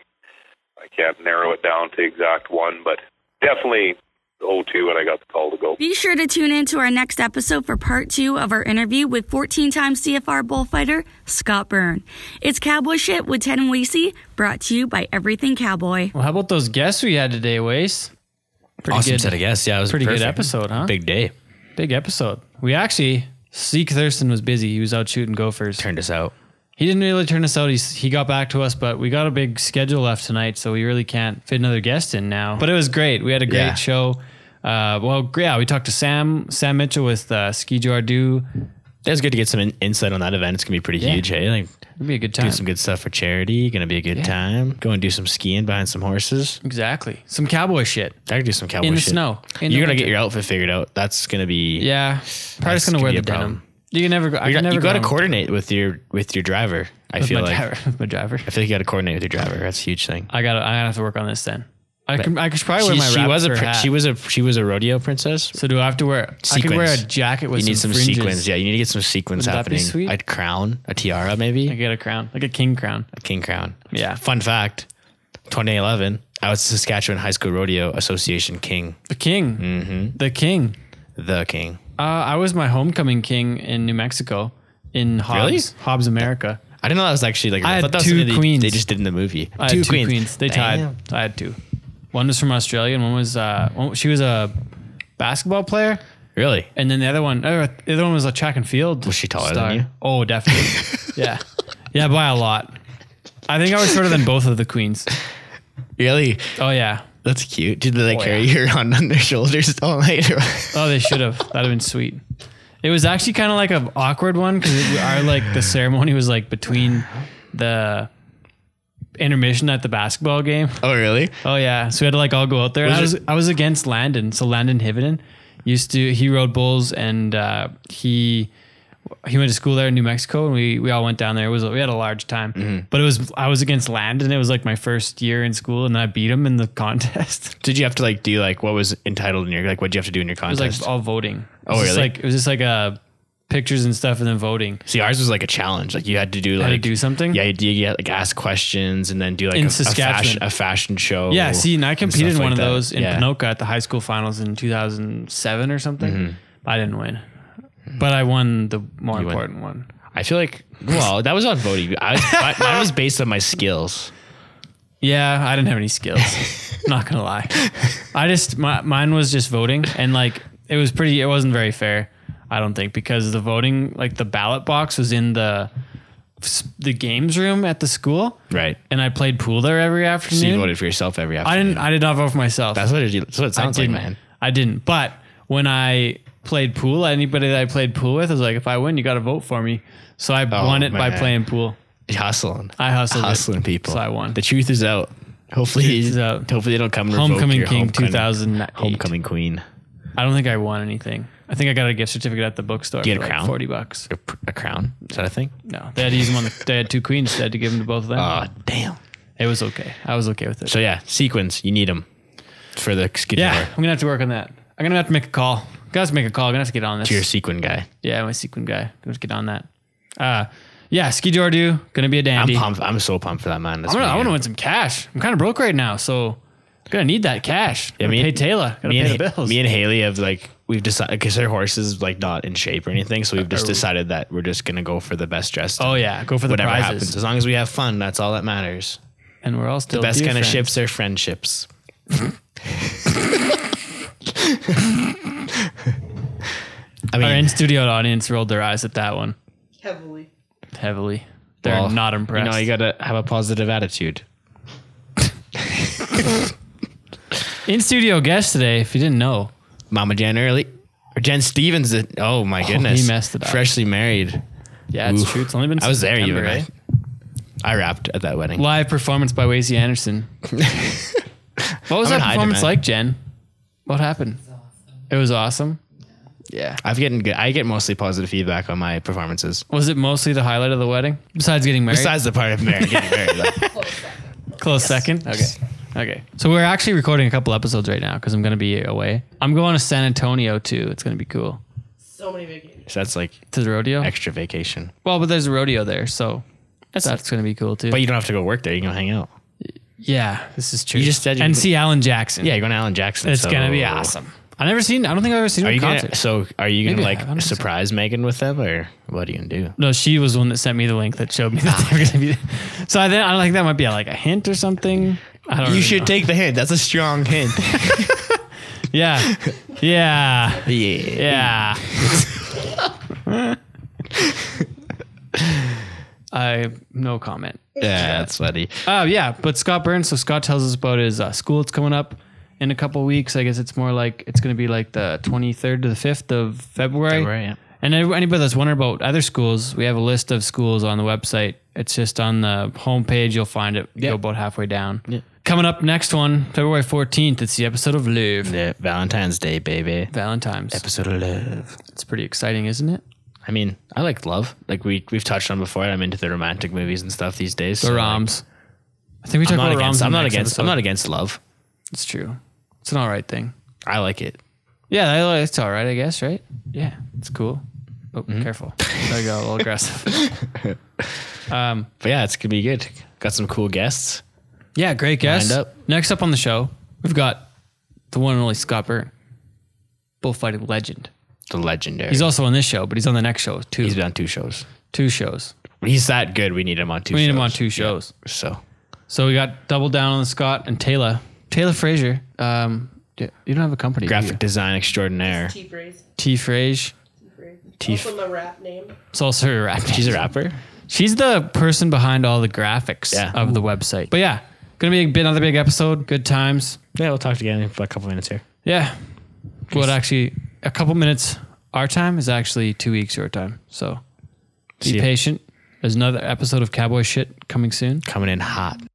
S7: I can't narrow it down to exact one, but definitely 02 when I got the call to go.
S1: Be sure to tune in to our next episode for part two of our interview with 14 time CFR bullfighter Scott Byrne. It's Cowboy Shit with Ted and Wasey, brought to you by Everything Cowboy.
S2: Well, how about those guests we had today, Wace? Pretty
S3: Awesome
S2: good,
S3: set of guests. Yeah, it was
S2: Pretty good
S3: perfect.
S2: episode, huh?
S3: Big day.
S2: Big episode. We actually, Zeke Thurston was busy. He was out shooting gophers.
S3: Turned us out.
S2: He didn't really turn us out. He's, he got back to us, but we got a big schedule left tonight, so we really can't fit another guest in now. But it was great. We had a great
S3: Yeah.
S2: show. Uh, well, gr- yeah, we talked to Sam Sam Mitchell with uh, Ski Jardu.
S3: It was good to get some in- insight on that event. It's gonna be pretty huge. Hey, like
S2: It'd be a good
S3: do
S2: time.
S3: some good stuff for charity. Gonna be a good
S2: Yeah.
S3: time. Go and do some skiing behind some horses.
S2: exactly. Some cowboy shit
S3: I could do some cowboy
S2: in the
S3: shit.
S2: snow. In
S3: You're
S2: the
S3: gonna get
S2: winter.
S3: your outfit figured out. That's gonna be
S2: yeah. Probably just
S3: That's
S2: gonna
S3: gonna
S2: wear
S3: be
S2: the
S3: a problem.
S2: denim. You can never go. I
S3: You
S2: can
S3: got,
S2: never
S3: you
S2: go
S3: got to
S2: wrong
S3: coordinate with your with your driver. I
S2: with
S3: feel
S2: my
S3: like
S2: driver. with my driver.
S3: I feel like you got to coordinate with your driver. That's a huge thing.
S2: I got. to I gotta have to work on this then. I can. I could probably wear
S3: She,
S2: my.
S3: she was a
S2: raptor
S3: pr-
S2: hat.
S3: she was a she was a rodeo princess.
S2: So do I have to wear? I could wear a
S3: Sequins.
S2: jacket with
S3: you need some,
S2: some, fringes.
S3: sequins. Yeah, you need to get some sequins
S2: Wouldn't that be
S3: happening.
S2: sweet?
S3: A crown, a tiara,
S2: I
S3: maybe
S2: get a crown, like a king crown.
S3: a king crown.
S2: Yeah.
S3: Fun fact: 2011, I was Saskatchewan High School Rodeo Association king,
S2: The king.
S3: Mm-hmm.
S2: The king.
S3: the king.
S2: Uh, I was my homecoming king in New Mexico in Hobbs,
S3: Really?
S2: Hobbs America.
S3: I didn't know that was actually like.
S2: I had
S3: thought that was
S2: two
S3: something they-
S2: queens.
S3: They just did in the movie.
S2: I had two queens. They tied.
S3: Damn.
S2: I had two. One was from Australia, and one was uh, one, she was a basketball player,
S3: Really?
S2: and then the other one, uh, the other one was a track and field.
S3: Was she taller than
S2: star.
S3: you?
S2: Oh, definitely. yeah, yeah, by a lot. I think I was shorter than both of the queens.
S3: Really?
S2: Oh yeah.
S3: That's cute. Did they like, carry her on, on their shoulders all night?
S2: Oh, they should have. That'd have been sweet. It was actually kind of like an awkward one because our like the ceremony was like between the intermission at the basketball game.
S3: oh, really?
S2: Oh yeah, so we had to like all go out there. And I was
S3: Was
S2: I was against Landon, so Landon Hivinen used to he rode bulls and uh, he he went to school there in New Mexico, and we we all went down there. It was we had a large time, but it was I was against Landon. It was like my first year in school, and I beat him in the contest.
S3: Did you have to like do like what was entitled in your like what you have to do in your
S2: It was
S3: contest?
S2: like all voting.
S3: Oh,
S2: it was just
S3: really? Oh.
S2: Like it was just like uh, pictures and stuff, and then voting.
S3: See, ours was like a challenge. Like you had to do like
S2: to do something?
S3: Yeah, you, you had, like ask questions and then do like
S2: In
S3: a, a
S2: Saskatchewan.
S3: fashion a fashion show.
S2: Yeah, see, and I competed in
S3: stuff
S2: one
S3: like
S2: of
S3: that.
S2: those in
S3: Yeah.
S2: Pinoca at the high school finals in 2007 or something. I didn't win, but I won the more
S3: Mm-hmm. won.
S2: important one.
S3: I feel like well, that was on voting. I was, mine- mine was based on my skills.
S2: Yeah, I didn't have any skills. not gonna lie, I just my, mine was just voting, and like it was pretty. It wasn't very fair, I don't think, because the voting, like the ballot box, was in the the games room at the school,
S3: Right.
S2: and I played pool there every afternoon.
S3: So you voted for yourself every
S2: I
S3: afternoon.
S2: didn't. I did not vote for myself.
S3: That's what it, that's what it
S2: I
S3: sounds like,
S2: didn't.
S3: man.
S2: I didn't. But when I played pool. Anybody that I played pool with I was like, if I win, you got to vote for me. So I won it by
S3: Oh, man.
S2: playing pool.
S3: hustling,
S2: I hustled it.
S3: hustling people.
S2: So I won.
S3: The truth is out. Hopefully,
S2: is out.
S3: hopefully it'll come. to revoke
S2: Homecoming
S3: your
S2: King
S3: homecoming-
S2: 2008.
S3: Homecoming Queen.
S2: I don't think I won anything. I think I got a gift certificate at the bookstore.
S3: You
S2: for
S3: get a
S2: like
S3: crown?
S2: Forty bucks.
S3: A, pr- a crown. Is that a thing?
S2: No, they had to use them on. The, they had two queens. They had to give them to both of them.
S3: Ah, damn.
S2: it was okay. I was okay with it.
S3: So yeah, sequins. You need them for the skid
S2: yeah,
S3: door.
S2: I'm gonna have to work on that. I'm gonna have to make a call. Guys, make a call. I'm gonna have to get on this.
S3: To your sequin guy.
S2: Yeah, my sequin guy. I'm gonna get on that. Uh, yeah, Ski Jordu gonna be a
S3: I'm
S2: dandy.
S3: pumped. I'm so pumped for that man.
S2: I'm gonna, I want to win some cash. I'm kind of broke right now, so gonna need that cash. Yeah,
S3: me
S2: pay
S3: and-
S2: Taylor. Gotta
S3: me
S2: pay
S3: and,
S2: the
S3: Ha-
S2: bills.
S3: me and Haley have like we've decided because her horse is like not in shape or anything, so we've just decided that we're just gonna go for the best dressed.
S2: oh yeah, go for the
S3: whatever
S2: prizes.
S3: happens, as long as we have fun, that's all that matters.
S2: And we're all still
S3: Best
S2: dear
S3: kind of
S2: friends.
S3: ships are friendships. I mean,
S2: Our in studio audience rolled their eyes at that one
S5: Heavily.
S2: heavily. They're
S3: well,
S2: not impressed.
S3: You know, you gotta have a positive attitude.
S2: in studio guest today, if you didn't know,
S3: Mama Jen early. Or Jen Stevens. Did, oh my goodness,
S2: he messed it up.
S3: Freshly married.
S2: yeah, it's
S3: Oof.
S2: true. It's only been
S3: I was there
S2: September,
S3: even.
S2: eh?
S3: man. I rapped at that wedding.
S2: Live performance by Wazy Anderson. what was
S3: I'm in
S2: that
S3: high
S2: performance
S3: demand.
S2: like, Jen? What happened? It was awesome.
S3: I've getting good. I get mostly positive feedback on my performances.
S2: Was it mostly the highlight of the wedding? Besides getting married?
S3: Besides the part of Mary getting married. though.
S2: Close second. Okay. Okay. So we're actually recording a couple episodes right now because I'm going to be away. I'm going to San Antonio too. It's going to be cool.
S5: So many vacations.
S3: So that's like
S2: To the rodeo?
S3: extra vacation.
S2: Well, but there's a rodeo there, so that's, going to be cool too.
S3: But you don't have to go work there. You can go hang out.
S2: yeah, this is true.
S3: You just said you-
S2: and see Alan Jackson.
S3: Yeah, you're going to Alan Jackson.
S2: it's
S3: so-
S2: going to be awesome. I never seen. I don't think I've ever seen
S3: Are
S2: him
S3: you
S2: in
S3: gonna-
S2: concert.
S3: so are you gonna
S2: Maybe I have, I don't
S3: like
S2: think so.
S3: surprise Megan with them, or what are you gonna do?
S2: no, she was the one that sent me the link that showed me that they were going to be. So I think I think that might be like a hint or something. I don't. really know.
S3: take the hint. That's a strong hint.
S2: Yeah. Yeah.
S3: yeah.
S2: Yeah. I no comment.
S3: Yeah, that's funny.
S2: Oh yeah, but Scott Burns. So Scott tells us about his uh, school. It's coming up in a couple weeks. I guess it's more like it's going to be like the 23rd to the 5th of February.
S3: February, yeah.
S2: And any- anybody that's wondering about other schools, we have a list of schools on the website. It's just on the homepage. You'll find it. Go about halfway down. Coming up next one, February 14th. It's the episode of Louvre.
S3: Yeah, Valentine's Day, baby.
S2: Valentine's.
S3: Episode of love.
S2: It's pretty exciting, isn't it?
S3: I mean, I like love. Like we we've touched on before. I'm into the romantic movies and stuff these days.
S2: The
S3: so, like,
S2: ROMs. I think we talked
S3: I'm not
S2: about ROMs.
S3: against.
S2: in
S3: I'm
S2: the
S3: not
S2: next
S3: against. I'm
S2: episode.
S3: not against love.
S2: It's true. It's an all right thing.
S3: I like it.
S2: Yeah, that- it's all right, I guess, right? Yeah, it's cool. Oh, careful. There you go, a little aggressive.
S3: But yeah, it's gonna be good. Got some cool guests.
S2: yeah, great guess.
S3: Lined up.
S2: Next up on the show, we've got the one and only Scott Burton, bullfighting legend.
S3: The legendary.
S2: He's also on this show, but he's on the next show, too.
S3: he's been on two shows.
S2: two shows.
S3: He's that good. We need him on two.
S2: We need
S3: shows.
S2: him on two shows.
S3: So
S2: So we got double down on the Scott and Taylor. Taylor Frazier. Um, d- you don't have a company. do
S3: graphic
S2: you?
S3: design extraordinaire.
S5: T phrase.
S2: T. Frazier.
S5: T phrase.
S3: T-
S5: Also my rap name.
S2: It's also a rap.
S3: She's a rapper.
S2: She's the person behind all the graphics
S3: Yeah.
S2: of the website. But yeah, gonna be a bit- another big episode. Good times.
S3: Yeah, we'll talk again in a couple minutes here.
S2: Yeah. What actually a couple minutes our time is actually two weeks your time. So be
S3: See ya.
S2: patient. There's another episode of Cowboy Shit coming soon.
S3: Coming in hot.